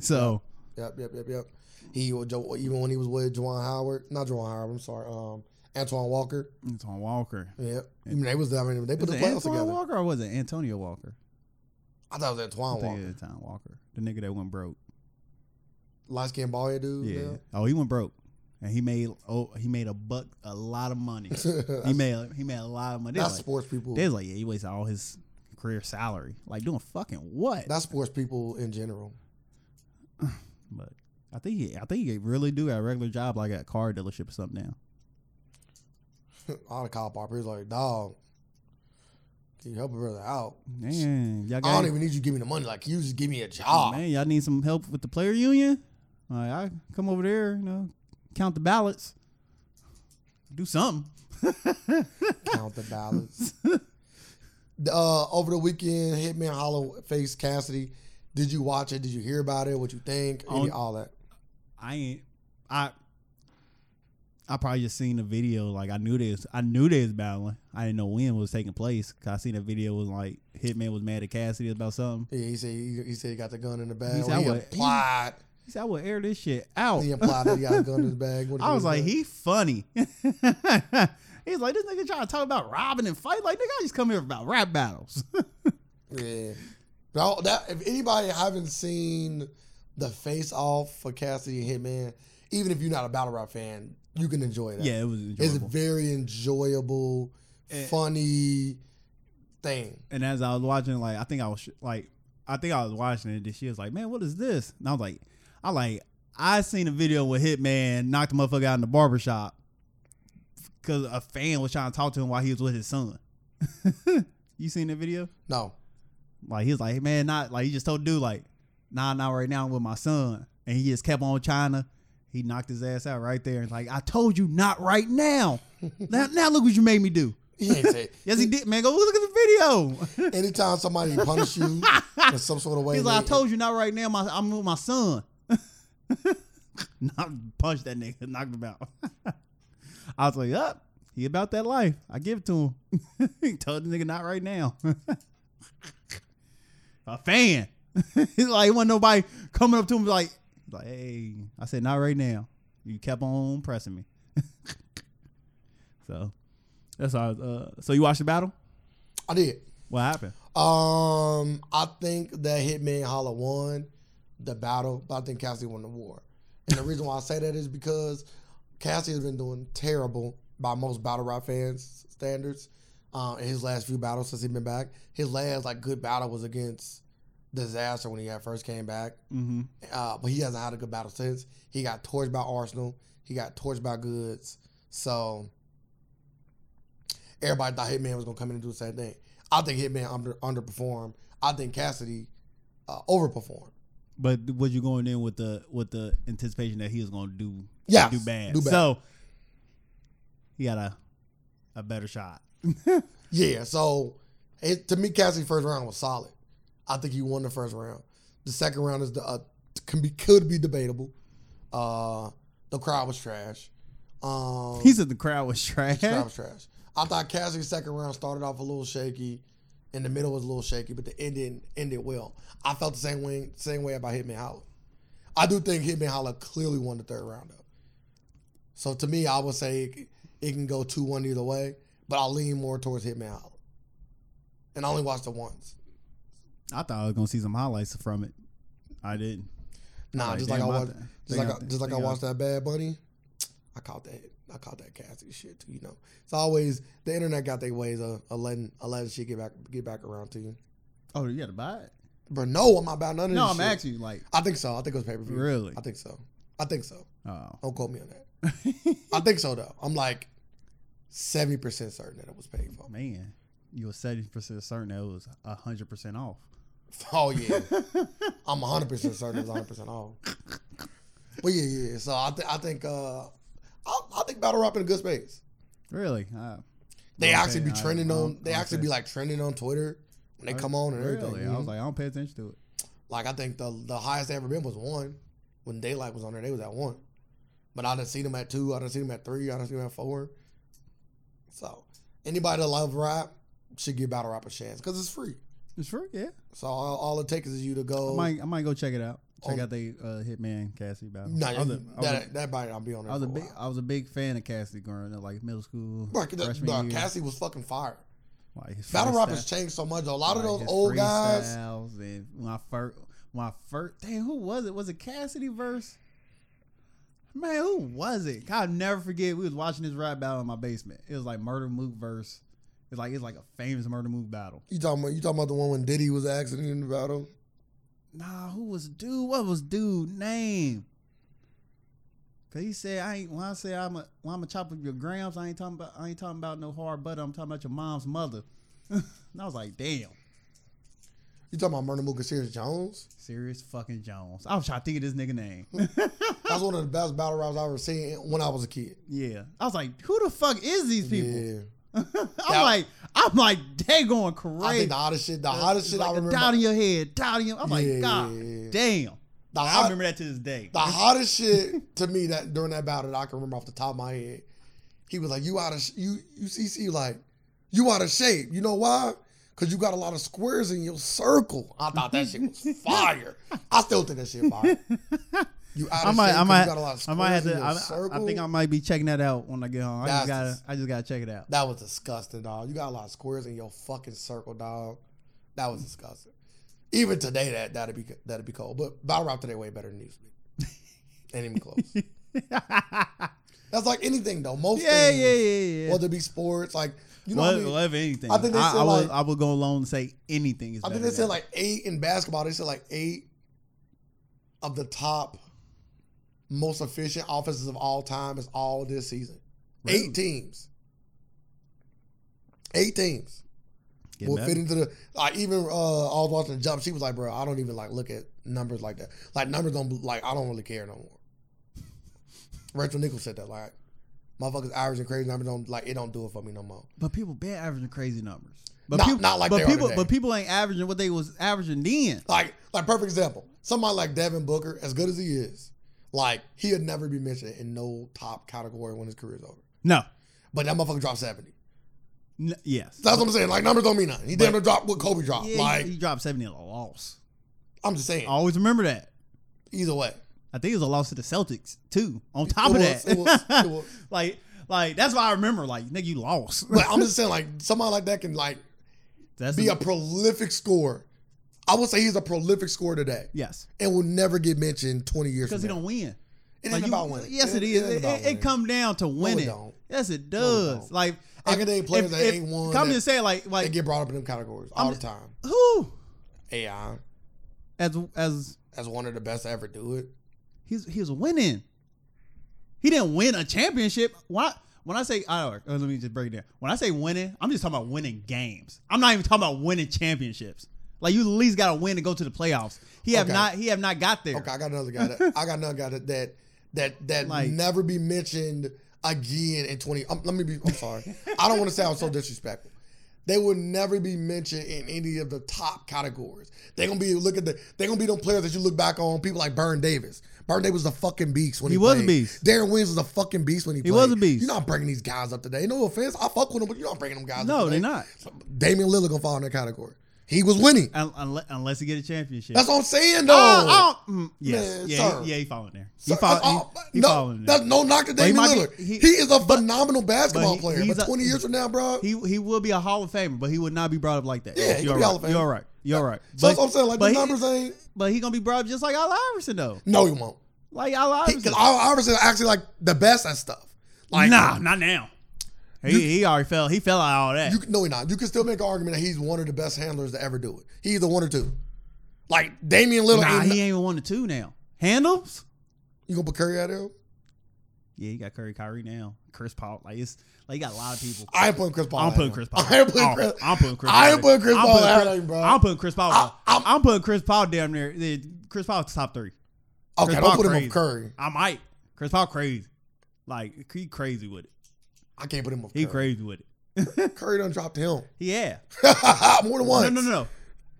so Yep, yep, yep, yep. He was Jo- even when he was with Juwan Howard, not Juwan Howard. I'm sorry, um, Antoine Walker. Antoine Walker. Yep, I mean, they was. I mean, they Was put the it playoffs Antoine together. Walker or was it Antonio Walker? I thought it was I Antoine think Walker, it was Antoine Walker, the nigga that went broke. light skinned ball hair dude. Yeah. Yeah, Oh, he went broke, and he made oh he made a buck a lot of money. he that's, made he made a lot of money. They that's was like, sports people. they was like yeah, he wasted all his career salary, like doing fucking what? That's sports people in general. But I think he I think he really do got a regular job like at a car dealership or something now. All the cop popper is like, dog. Can you help a brother out? Man, y'all I got don't even need you to give me the money. Like, can you just give me a job? man, y'all need some help with the player union. All right, I come over there, you know, count the ballots, do something. Count the ballots. uh, over the weekend, Hitman Hollow faced Cassidy. Did you watch it? Did you hear about it? What you think? Any, On- all that. I ain't, I, I probably just seen the video. Like I knew this, I knew they was battling. I didn't know when it was taking place. Cause I seen the video was like Hitman was mad at Cassidy about something. Yeah, he said he, he said he got the gun in the He bag. said, Well, I He, would- implied He said I will air this shit out. he implied that he got a gun in his bag. What I was it like, he funny. He's like, this nigga trying to talk about robbing and fight. Like, nigga, I just come here about rap battles. yeah. But I- that, if anybody haven't seen the face off for Cassidy and Hitman, even if you're not a battle rap fan, you can enjoy that. yeah, it was it's enjoyable. a very enjoyable, And- funny thing. and as I was watching, like I think I was sh- like I think I was watching it. And she was like, "Man, what is this?" And I was like, "I like I seen a video where Hitman knocked the motherfucker out in the barbershop because a fan was trying to talk to him while he was with his son. you seen the video? No. Like he was like, man, not like he just told the dude like, nah, not right now. I'm with my son, and he just kept on trying to. He knocked his ass out right there. And like, I told you, not right now. now, now look what you made me do. He ain't say Yes, he did, man. Go look at the video. anytime somebody punish you in some sort of way. He's like, I they- told you, not right now. My, I'm with my son. not punch that nigga, knocked him out. I was like, up. he about that life. I give it to him. he told the nigga, not right now. a fan. He's like, wasn't nobody coming up to him like, like, hey. I said, not right now. You kept on pressing me. so that's all. Uh, so you watched the battle? I did. What happened? Um, I think that Hitman Holla won the battle, but I think Cassie won the war. And the reason why I say that is because Cassie has been doing terrible by most battle rap fans standards. Um, in his last few battles since he's been back, his last like good battle was against Disaster when he had first came back. Mm-hmm. Uh, but he hasn't had a good battle since. He got torched by Arsenal. He got torched by Goods. So everybody thought Hitman was gonna come in and do the same thing. I think Hitman under underperformed. I think Cassidy uh, overperformed. But was you going in with the with the anticipation that he was going to do Yes, do bad? do bad. So he got a a better shot. Yeah. So it, to me, Cassidy's first round was solid. I think he won the first round. The second round is the uh, can be could be debatable. Uh, the crowd was trash. Um, He said the crowd was trash. That was trash. I thought Cassidy's second round started off a little shaky, and the middle was a little shaky, but the ending ended well. I felt the same way same way about Hitman Holla. I do think Hitman Holla clearly won the third round though. So to me, I would say it, it can go two one either way, but I lean more towards Hitman Holla. And I only watched it once. I thought I was going to see some highlights from it. I didn't. Nah, Like, just like I damn, I watched, th- just they like got I, that- just like they I got- watched that Bad Bunny. I caught that. I caught that Cassidy shit too. You know, it's always the internet got their ways of, of letting of letting shit get back get back around to you. Oh, you got to buy it? But no, I'm not about none of No, this. I'm shit. asking you. Like, I think so. I think it was pay per view. really? I think so. I think so. Oh, Don't quote me on that. I think so though. I'm like seventy percent certain that it was paid for. man, you were seventy percent certain that it was hundred percent off. Oh yeah, I'm 100 percent certain it's 100 percent off. But yeah, yeah. So I think I think uh, I, I think battle rap in a good space. Really? Uh, They Okay, actually be I- trending I'll- on. They I'll actually say- be like trending on Twitter when they I- come on and really? everything. I was Mhm. like, I don't pay attention to it. Like I think the the highest they ever been was one. When daylight was on there, they was at one. But I didn't see them at two. I didn't see them at three. I didn't see them at four. So anybody that love rap should give battle rap a chance because it's free. It's free, yeah. So all, all it takes is you to I go. might, I might go check it out. Check Oh. out the uh, Hitman Cassie battle. Nah, I was a- I was a- that that might not be on there. I was for a a big while. I was a big fan of Cassidy growing up, like middle school, Bro, that, freshman bro, year. Cassie was fucking fire. like his Battle rap freestyle- has changed so much. though. A lot of like those his old guys. freestyles And when I first, when I first, damn, who was it? Was it Cassidy verse? Man, who was it? I'll never forget. We was watching this rap battle in my basement. It was like Murder Mook verse. It's like it's like a famous Murder Mook battle. You talking about you talking about the one when Diddy was acting in the battle? Nah, who was dude? What was dude name? Cause he said I ain't when I say I'm a when I'm a chop up your grams, I ain't talking about I ain't talking about no hard butter, I'm talking about your mom's mother. and I was like, damn. You talking about Murder Mook and Sears Jones? Serious fucking Jones. I was trying to think of this nigga name. That's one of the best battle raps I ever seen when I was a kid. yeah. I was like, who the fuck is these people? Yeah, I'm That- like, I'm like, they going I crazy. think the hottest shit, the It's hottest shit like I the remember, doubt in your head, doubt in your I'm Yeah, like, God yeah, yeah. damn. the, I hot- remember that to this day. the hottest shit to me that during that battle that I can remember off the top of my head. He was like, "You out of sh- you you CC like, you out of shape. You know why? Cause you got a lot of squares in your circle." I thought that shit was fire. I still think that shit fire. You out of I might, shape. I 'cause might, you got a lot I of squares might have in to. your I, I circle. think I might be checking that out when I get home. I just gotta, That's- I just gotta check it out. That was disgusting, dog. You got a lot of squares in your fucking circle, dog. That was disgusting. Even today, that that'd be that'd be cold. But battle rap today way better than Newsweek. Ain't even close. That's like anything though. Most yeah, yeah, things, yeah, yeah. whether it be sports, like you know, love, what I mean? love anything. I think they I, said I would, like- I would go alone and say anything is. I think better they than- said like eight in basketball. They said like eight of the top most efficient offenses of all time is all this season. Eight teams. Eight teams Getting will better. fit into the. Like even uh, I was watching the jump. She was like, "Bro, I don't even like look at numbers like that. Like numbers don't like I don't really care no more." Rachel Nichols said that like, "Motherfuckers, average and crazy numbers don't like it. Don't do it for me no more." But people been averaging crazy numbers. But Not- people, not like but they are people, today. but people ain't averaging what they was averaging then. Like, like perfect example. Somebody like Devin Booker, as good as he is, like he'll never be mentioned in no top category when his career's over. No, But that motherfucker dropped seventy. N- yes, That's what I'm saying. Like numbers don't mean nothing. He damn near dropped what Kobe dropped. yeah, Oh. like he, he dropped seventy in a loss. I'm just saying. I always remember that. Either way, I think it was a loss to the Celtics too. On top It of was, that, it was, it was. like, like that's why I remember. Like, nigga, you lost. but I'm just saying like somebody like that can like That's be a prolific scorer. I would say he's a prolific scorer today, yes, and will never get mentioned 20 years from because he now. don't win. It Like, ain't you- about winning. Yes, it It, is. ain't It, about it, winning. come down to winning. don't. yes, it does. don't. like, I if- can name players that ain't won Come that- to say, like, They like get brought up in them categories all I'm- the time. who AI as as as one of the best to ever do it. he's he's winning. He didn't win a championship. Why? When I say, all right, let me just break it down. When I say winning, I'm just talking about winning games. I'm not even talking about winning championships. Like you at least got to win to go to the playoffs. He have Okay. not. He have not got there. Okay, I got another guy. That, I got another guy that that that, that Like- never be mentioned again in twenty. Um, let me be. I'm sorry. I don't want to sound so disrespectful. They will never be mentioned in any of the top categories. They're gonna be look at the. They're gonna be them players that you look back on. People like Burn Davis. Burn Davis was a fucking beast when he, He was a played. beast. Darren Williams was a fucking beast when he, He played. was a beast. You're not bringing these guys up today. No offense, I fuck with them, but you're not bringing them guys. up No, today. they're not. Damian Lillard gonna fall in that category. He was winning. Un- unle- unless he get a championship. That's what I'm saying, though. Oh, oh, mm, yes, Man, yeah, sir. he, yeah, he following there. He Sir, follow- that's all- he- he no, following there. that's no knock to he Damian might Lillard. be- He, he- is a phenomenal basketball he- player. he's But a- 20 years from now, bro, He he will be a Hall of Famer, but he would not be brought up like that. Yeah, he you're could be right. Hall of Famer. You're right. You're right. so that's what I'm saying. Like, the but he- numbers ain't. But he gonna be brought up just like Al Iverson though. No, he won't. Like Al Because Iverson. Iverson is actually like the best at stuff. Like, nah, not now. He, You- he already fell. He fell out of all that. You, can- no, he not. You can still make an argument that he's one of the best handlers to ever do it. He either one or two. Like, Damian Lillard. nah, ain't- he ain't even won the two now. Handles. you going to put Curry out there? Yeah, he got Curry, Kyrie now. Chris Paul. Like it's like he got a lot of people. I ain't putting Chris Paul. I'm out putting there. Chris Paul. I ain't putting I'm- Chris I'm putting Chris. I ain't Paul putting Chris I'm Paul putting out Chris- there, bro. I'm putting Chris Paul. I- I'm- I'm, putting Chris Paul down there. eh, Chris Paul's top three. Okay, Chris don't Paul put him crazy. up Curry. I might. Chris Paul crazy. Like he crazy with it. I can't put him up He Curry. crazy with it. Curry done dropped him. Yeah. More than once. No, no, no.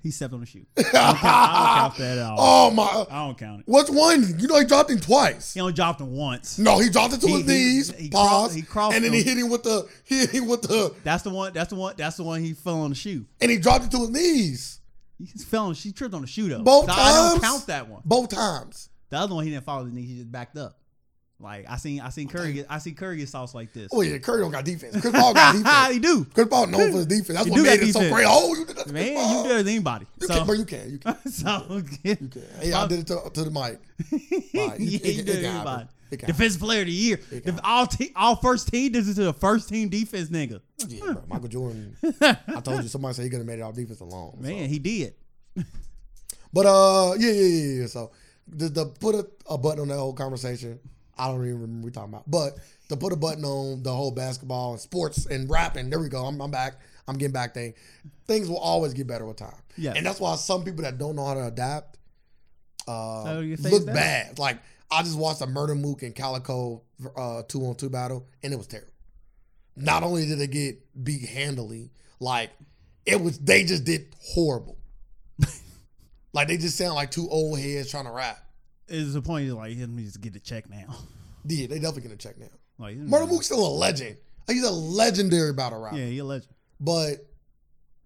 He stepped on the shoe. I don't count, I don't count that at all. Oh, my. I don't count it. What's one? You know he dropped him twice. He only dropped him once. No, he dropped it to He- his he- knees. he cro- pause. he crossed and then he him. hit him with the he hit him with the That's the one. That's the one. That's the one. He fell on the shoe. and he dropped it to his knees He just fell on. She tripped on the shoe though. Both So I don't times? count that one. both times. The other one he didn't follow the knee. He just backed up. Like I seen. I seen Curry. Get, I see Curry get sauce like this. Oh yeah, Curry don't got defense. Chris Paul got defense. he do. Chris Paul known for his defense. That's He what do made got it so defense. great. Oh, you did that, to Chris Man, Paul. you better than anybody. You so, can, bro. You can. You can. so You can. Hey, I did it to, to the mic. yeah, Like, you Uh, it- it- it do can happen. everybody. It can Defensive player of the year. can Def- all te- all first team does it to the first team defense nigga. Yeah, bro. Michael Jordan. I told you somebody said he could have made it off defense alone. so. Man, he did. But uh, yeah, yeah, yeah. yeah. So the, the put a, a button on that whole conversation. I don't even remember what we're talking about. But to put a button on the whole basketball and sports and rapping. There we go. I'm, I'm back. I'm getting back. Thing things will always get better with time. Yes. and that's why some people that don't know how to adapt uh, So Oh, you say look that? bad. Like I just watched a Murder Mook and Calico uh, two on two battle, and it was terrible. Not only did they get beat handily, like it was they just did horrible. like they just sound like two old heads trying to rap. It's the point. You're like, let me just get the check now. Yeah, they definitely gonna check now. Like, Murder Mook's still a legend. Like, He's a legendary battle rapper. Mm. Yeah, you're a legend. But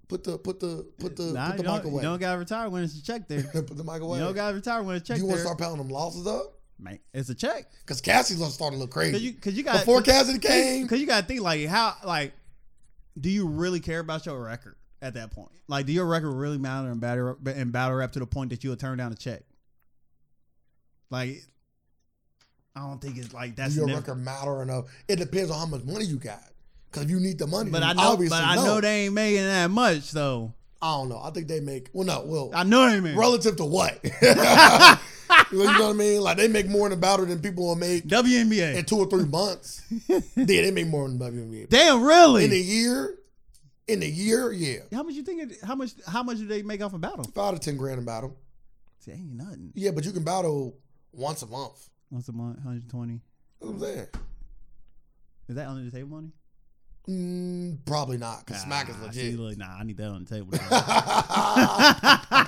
put the put the put the Nah, put you, the don't, mic you away. don't gotta retire when it's a check there. you put the mic away. don't You, gotta retire when it's a check want there. to start pounding them losses up? Man, it's a check. Because Cassie's gonna start to look crazy. Cause you, cause you got Before Cassidy came, Because you got to think like how like do you really care about your record at that point? Like, do your record really matter in battle in battle rap to the point that you'll turn down a check? Like, I don't think it's like that's your nif- record matter enough. It depends on how much money you got. Because if you need the money, But you I know, obviously but I no. know they ain't making that much. So I don't know. I think they make well, no, well, I know they ain't. making- relative to what? I you know what I mean? Like they make more in a battle than people will make in WNBA. two or three months. yeah, they make more than WNBA. Damn, In a really? year, in a year, yeah, How much you think? It, how much? How much do they make off a battle? five to ten grand in battle. See, ain't nothing. Yeah, but you can battle once a month. Once a month, hundred twenty. That's what I'm saying. Is that under the table money? Mm, probably not, because Smack is Nah, see, legit. look, nah, I need that on the table. I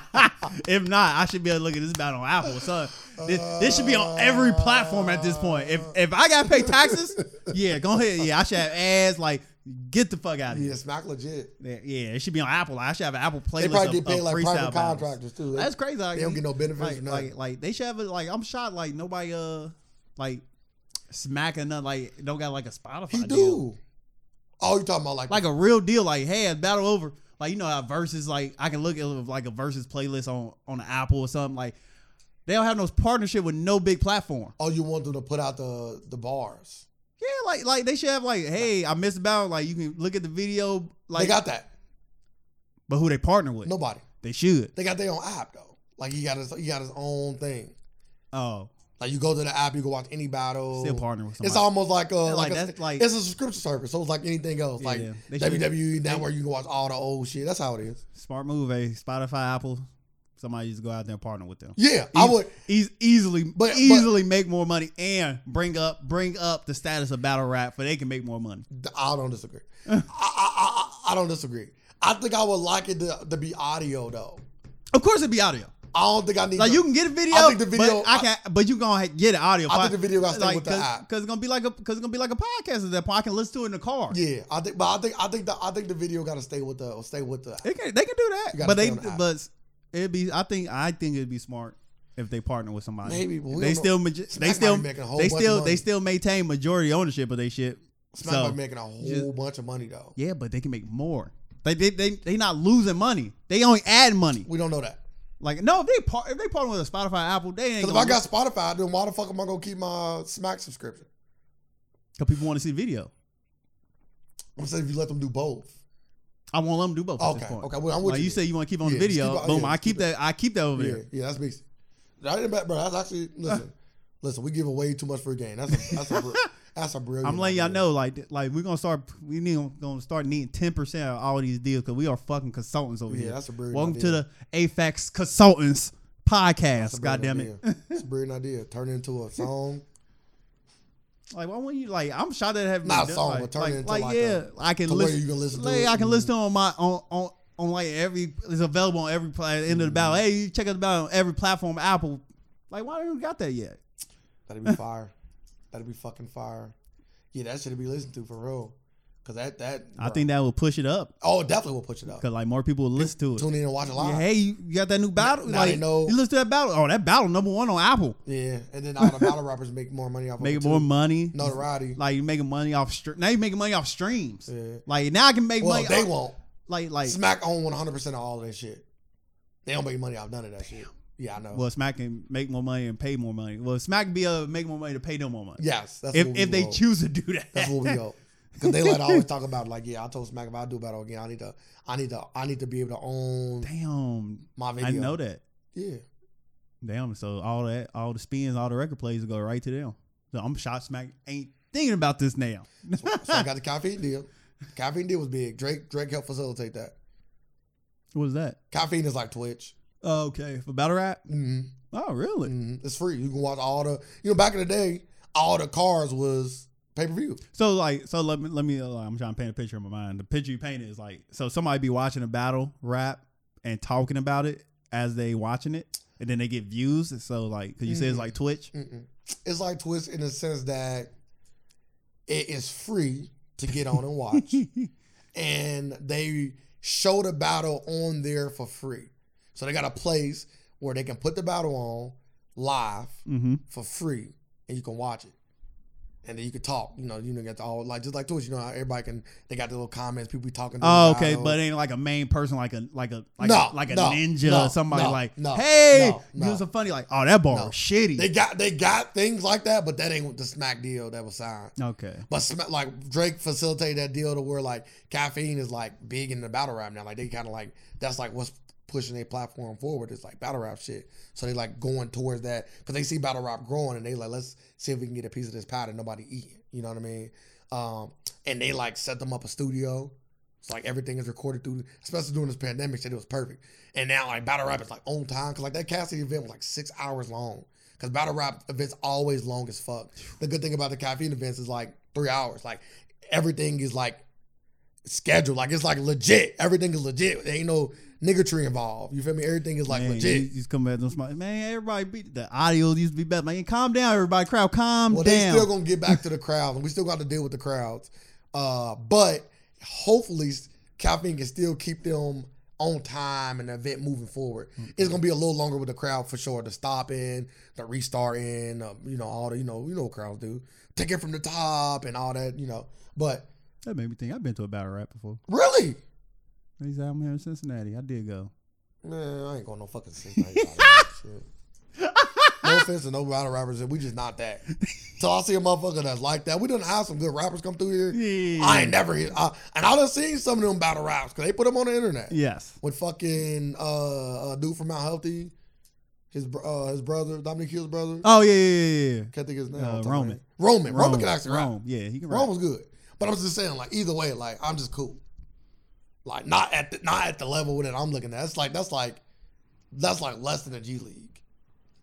if not, I should be able to look at this battle on Apple. So this, this should be on every platform at this point. If if I gotta pay taxes, yeah, go ahead. Yeah, I should have ads like get the fuck out of Uh, yeah, here. Smack legit. Yeah, it should be on Apple. I should have an Apple playlist. They probably of, get paid of like freestyle private battles. contractors too. That's crazy. Like, they don't get no benefits like, or nothing. like like they should have a, like I'm shot like nobody uh like smacking nothing like don't got like a Spotify. he deal do. Oh, you talking about like, like a real deal. Like, hey, it's battle over. Like, you know how verses like I can look at like a versus playlist on on the Apple or something. Like, they don't have no partnership with no big platform. oh, you want them to put out the the bars? Yeah, like like they should have like, hey, I missed a battle. Like, you can look at the video. they Like, got that. but who they partner with? Nobody. They should. They got their own app though. Like he got his he got his own thing. Oh, Like you go to the app, you can watch any battle. still partner with somebody. Oh, It's almost like a like, like, a, that's like- it's a subscription service. So it's like anything else, Yeah, like yeah. They should- WWE Network. You can watch all the old shit. That's how it is. Smart move, eh? Spotify, Apple. Somebody just go out there and partner with them. Yeah, I would. Eas- easily, but- easily make more money and bring up bring up the status of battle rap, for they can make more money. I don't disagree. I, I, I I don't disagree. I think I would like it to, to be audio though. Of course, it'd be audio. I don't think I need. Like to- you can get a video, I think the video- but I can, but you gonna get an audio. I think the video gotta stay with the cause, app. 'cause it's gonna be like a, cause it's gonna be like a podcast at that point. I can listen to it in the car. Yeah, I think, but I think, I think the, I think the video got to stay with the, stay with the. They can, they can do that, You gotta but they, stay on the app. but it'd be. I think, I think it'd be smart if they partner with somebody. Maybe, but we they don't still, majo- Smack they might still, be making a whole they bunch of still, money. they still maintain majority ownership of their shit. Smack so might be making a whole just- bunch of money though. yeah, but they can make more. They, they, they, they not losing money. They only add money. We don't know that. Like no, if they part, if they partner with a Spotify, Apple, they ain't. Because if gonna- I got Spotify, then why the fuck am I gonna keep my Smack subscription? 'cause people want to see video. I'm saying if you let them do both. I won't let them do both. at this Okay, point. okay. Well, I'm with Like you you. say, you want to keep on the Yeah, just video. keep it- Boom! yeah, I just keep keep that. I keep that over yeah, there. yeah, that's basic. I didn't bet, bro. That's actually listen, listen. We give away too much for a game. That's a, that's a, br- that's a brilliant. I'm letting y'all idea. know, like, th- like we're gonna start. We need gonna start needing ten percent of all these deals because we are fucking consultants over Yeah, here. that's a brilliant. Welcome idea. to the AFAX Consultants That's podcast. a God brilliant damn it! idea. It's a brilliant idea. Turn it into a song. Like, why wouldn't you? Like, I'm shocked that it haven't Not been done, a song, like, but turn like, it into like, like yeah, a- I can to where listen. you can listen to like, it Mm-hmm. I can and- listen to on my on on. On like every, it's available on every pla- end of the battle. Mm-hmm. Hey, you check out the battle on every platform. Apple, like, why don't we got that yet? That'd be fire. That'd be fucking fire. Yeah, that should be listened to for real. Cause that that I think that will push it up oh it definitely will push it up. because like more people will listen to it. Tune in and watch it Yeah, live. Yeah, hey, you you got that new battle? Uh-huh. now like, they know- you listen to that battle? Oh, that battle number one on Apple. and then all the battle rappers make more money off of Making it more too. money. notoriety. Like you making money off stream. Now you making money off streams. Yeah. Like now I can make Well, money. they off- won't. Like like Smack own one hundred percent of all that shit. They don't make money off none of that shit. Yeah, I know. well, Smack can make more money and pay more money. Well, Smack can be able to make more money to pay them more money. yes, that's if what we if they owe. choose to do that. that's what we owe. Cause they like always talk about like yeah, I told Smack if I do battle again, I need to, I need to, I need to be able to own Damn, my video. I know that. Yeah, Damn, so all that, all the spins, all the record plays will go right to them. So I'm shot. Smack ain't thinking about this now. so, so I got the caffeine deal. Caffeine deal was big. Drake Drake helped facilitate that. What is that? Caffeine is like Twitch. Okay, for battle rap. hmm Oh, really? hmm It's free. You can watch all the. You know, back in the day, all the cars was pay per view. So like, so let me let me. uh, I'm trying to paint a picture in my mind. The picture you painted is like, so somebody be watching a battle rap and talking about it as they watching it, and then they get views. And so like, cause you Mm-hmm. say it's like Twitch. It's like Twitch in the sense that it is free to get on and watch, Mm-hmm. and they show the battle on there for free. So they got a place where they can put the battle on live Mm-hmm. for free, and you can watch it. And then you can talk, you know, you know, get to all like just like Twitch, you know, how everybody can. They got the little comments, people be talking. during Oh, the okay, battle. but it ain't like a main person, like a like a like No, a, like a no, ninja no, or somebody no, like, no, hey, no, you know no. some funny like, oh that bar No. was shitty. They got they got things like that, but that ain't the smack deal that was signed. okay, But Sma- like Drake facilitated that deal to where like caffeine is like big in the battle rap now. Like they kind of like that's like what's pushing their platform forward is like battle rap shit. So they like going towards that because they see battle rap growing and they like let's see if we can get a piece of this powder nobody eating. You know what I mean? Um, and they like set them up a studio. It's like everything is recorded through, especially during this pandemic shit. It was perfect. And now like battle rap is like on time because like that Cassidy event was like six hours long. Cause battle rap events always long as fuck. The good thing about the caffeine events is like three hours. Like everything is like scheduled. Like it's like legit. Everything is legit. There ain't no nigger tree involved. You feel me? Everything is like man, legit. He's, he's coming back to smile. Man, everybody beat the audio used to be better. Man, calm down, everybody. Crowd, calm Well, they down. still gonna get back to the crowds, and we still got to deal with the crowds. Uh, but hopefully, caffeine can still keep them on time and the event moving forward. It's gonna be a little longer with the crowd for sure. The stop in, the restart in, uh, you know, all the you know, you know, what crowds do take it from the top and all that, you know. But that made me think. I've been to a battle rap before. really, He's out here in Cincinnati. I did go. man, I ain't going no fucking Cincinnati. Shit. No offense to no battle rappers, we just not that. So I see a motherfucker that's like that. We done have some good rappers come through here. Yeah. I ain't never hear. I, and I done seen some of them battle raps because they put them on the internet. Yes. With fucking uh, a dude from Mount Healthy, his br- uh, his brother Dominic Hill's brother. Oh yeah, yeah, yeah. yeah. Can't think of his name. uh, off the top of Roman. my head. Roman. Roman. can actually rap. Rome. Yeah, he can rap. Roman's good. But I'm just saying, like either way, like I'm just cool. Like not at the not at the level that I'm looking at. That's like that's like that's like less than a G League.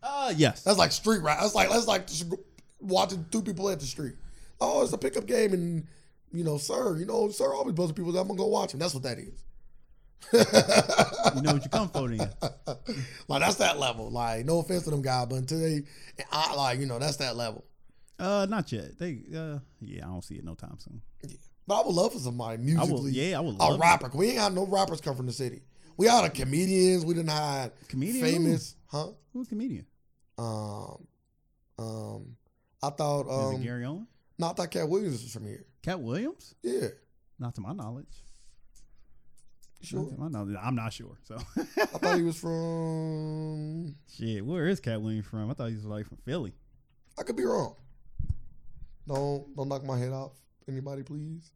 Uh, yes. That's like street rap. That's like that's like just watching two people at the street. Oh, it's a pickup game, and you know, sir, you know, sir, always busting people. I'm gonna go watch them. That's what that is. you know what you come for then. like that's that level. Like no offense to them guys, but until they, and I like you know that's that level. Uh, not yet. They uh, yeah, I don't see it no time soon. But I would love for somebody I musically. will. Yeah, I will. a Love rapper. We ain't had no rappers come from the city. We had a comedians. We didn't hide it. comedian. who? famous, huh? Who's comedian? Um, um, I thought Is it um, Gary Owen? no, I thought Cat Williams was from here. Cat Williams? Yeah, Not to my knowledge. Not sure. to my knowledge. I'm not sure. So I thought he was from. shit. Where is Cat Williams from? I thought he was like from Philly. I could be wrong. Don't don't knock my head off. Anybody, please.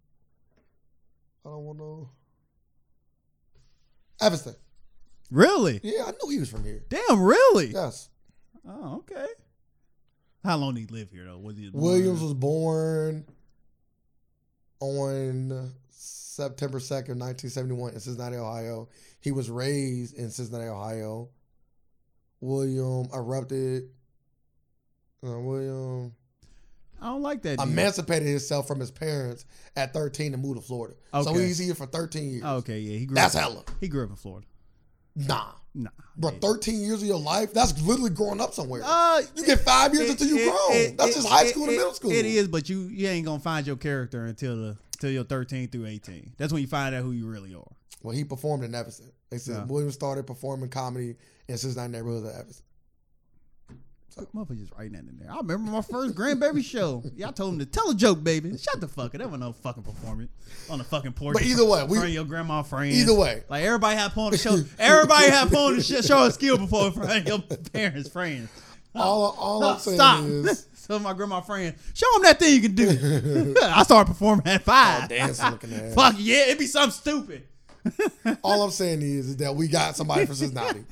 I don't want to. Evanston. Really? Yeah, I knew he was from here. Damn. Really? Yes. Oh, okay. How long did he live here though? Was he born- Williams was born on September 2nd, 1971, in Cincinnati, Ohio. He was raised in Cincinnati, Ohio. William erupted. Uh, William I don't like that. dude. emancipated himself from his parents at 13 and moved to Florida. So Okay. he's here for 13 years. Oh, okay. Yeah. He grew. That's up, hella. He grew up in Florida. Nah. Nah. Bro, yeah. 13 years of your life, that's literally growing up somewhere. Uh, you get five years it- until you it- grown. it- that's it- just high it- school to it- middle school. It is, but you you ain't gonna find your character until the until you're 13 through 18. That's when you find out who you really are. Well, he performed in Evanston. They said Yeah. Williams started performing comedy in Cincinnati neighborhoods of Evanston. Motherfucker just writing that in there. I remember my first grandbaby show. Y'all told him to tell a joke, baby. Shut the fuck up. That was no fucking performance on the fucking porch. But either way, we- Front of your grandma friends. Either way, Like everybody had porn to show. Everybody had porn to sh- show a skill before in front of your parents, friends. all, all I'm saying Stop. is so my grandma friend, show him that thing you can do. I started performing at five. dancing looking at. Fuck yeah, it'd be something stupid. All I'm saying is, is that we got somebody from Cincinnati.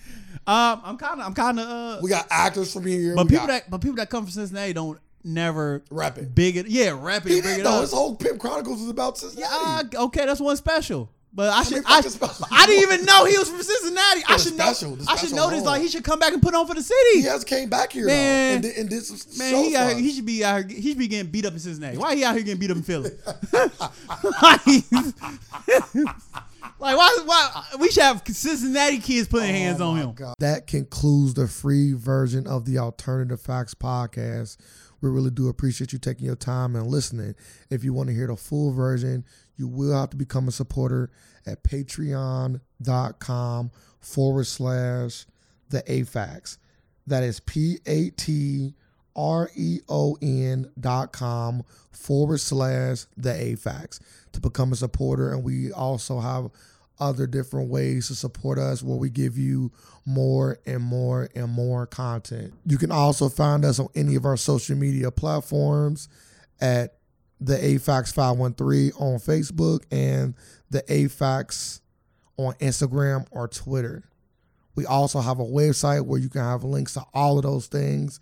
Um, I'm kind of, I'm kind of, uh, We got actors from here. but we people got that, but people that come from Cincinnati don't never rap it. big it, yeah, rap it, He and big did it though. up. His whole Pimp Chronicles is about Cincinnati. Yeah, okay, that's one special. But I should, many I, fucking specials I you didn't even know he was from Cincinnati. I the should special, know, the I should special know this. alone. Like he should come back and put on for the city. He has came back here Man. though and did, and did some Man, shows he, for out us. here, he should be out here. He should be getting beat up in Cincinnati. Why he out here getting beat up in Philly? like why? Why we should have Cincinnati kids putting hands on him? That concludes the free version of the Alternative Facts podcast. We really do appreciate you taking your time and listening. If you want to hear the full version, you will have to become a supporter at patreon.com forward slash the AFAX. That is P A T R E O N dot com forward slash the AFAX to become a supporter. And we also have other different ways to support us where we give you more and more and more content. You can also find us on any of our social media platforms at the AFAX 513 on Facebook and the AFAX on Instagram or Twitter. We also have a website where you can have links to all of those things,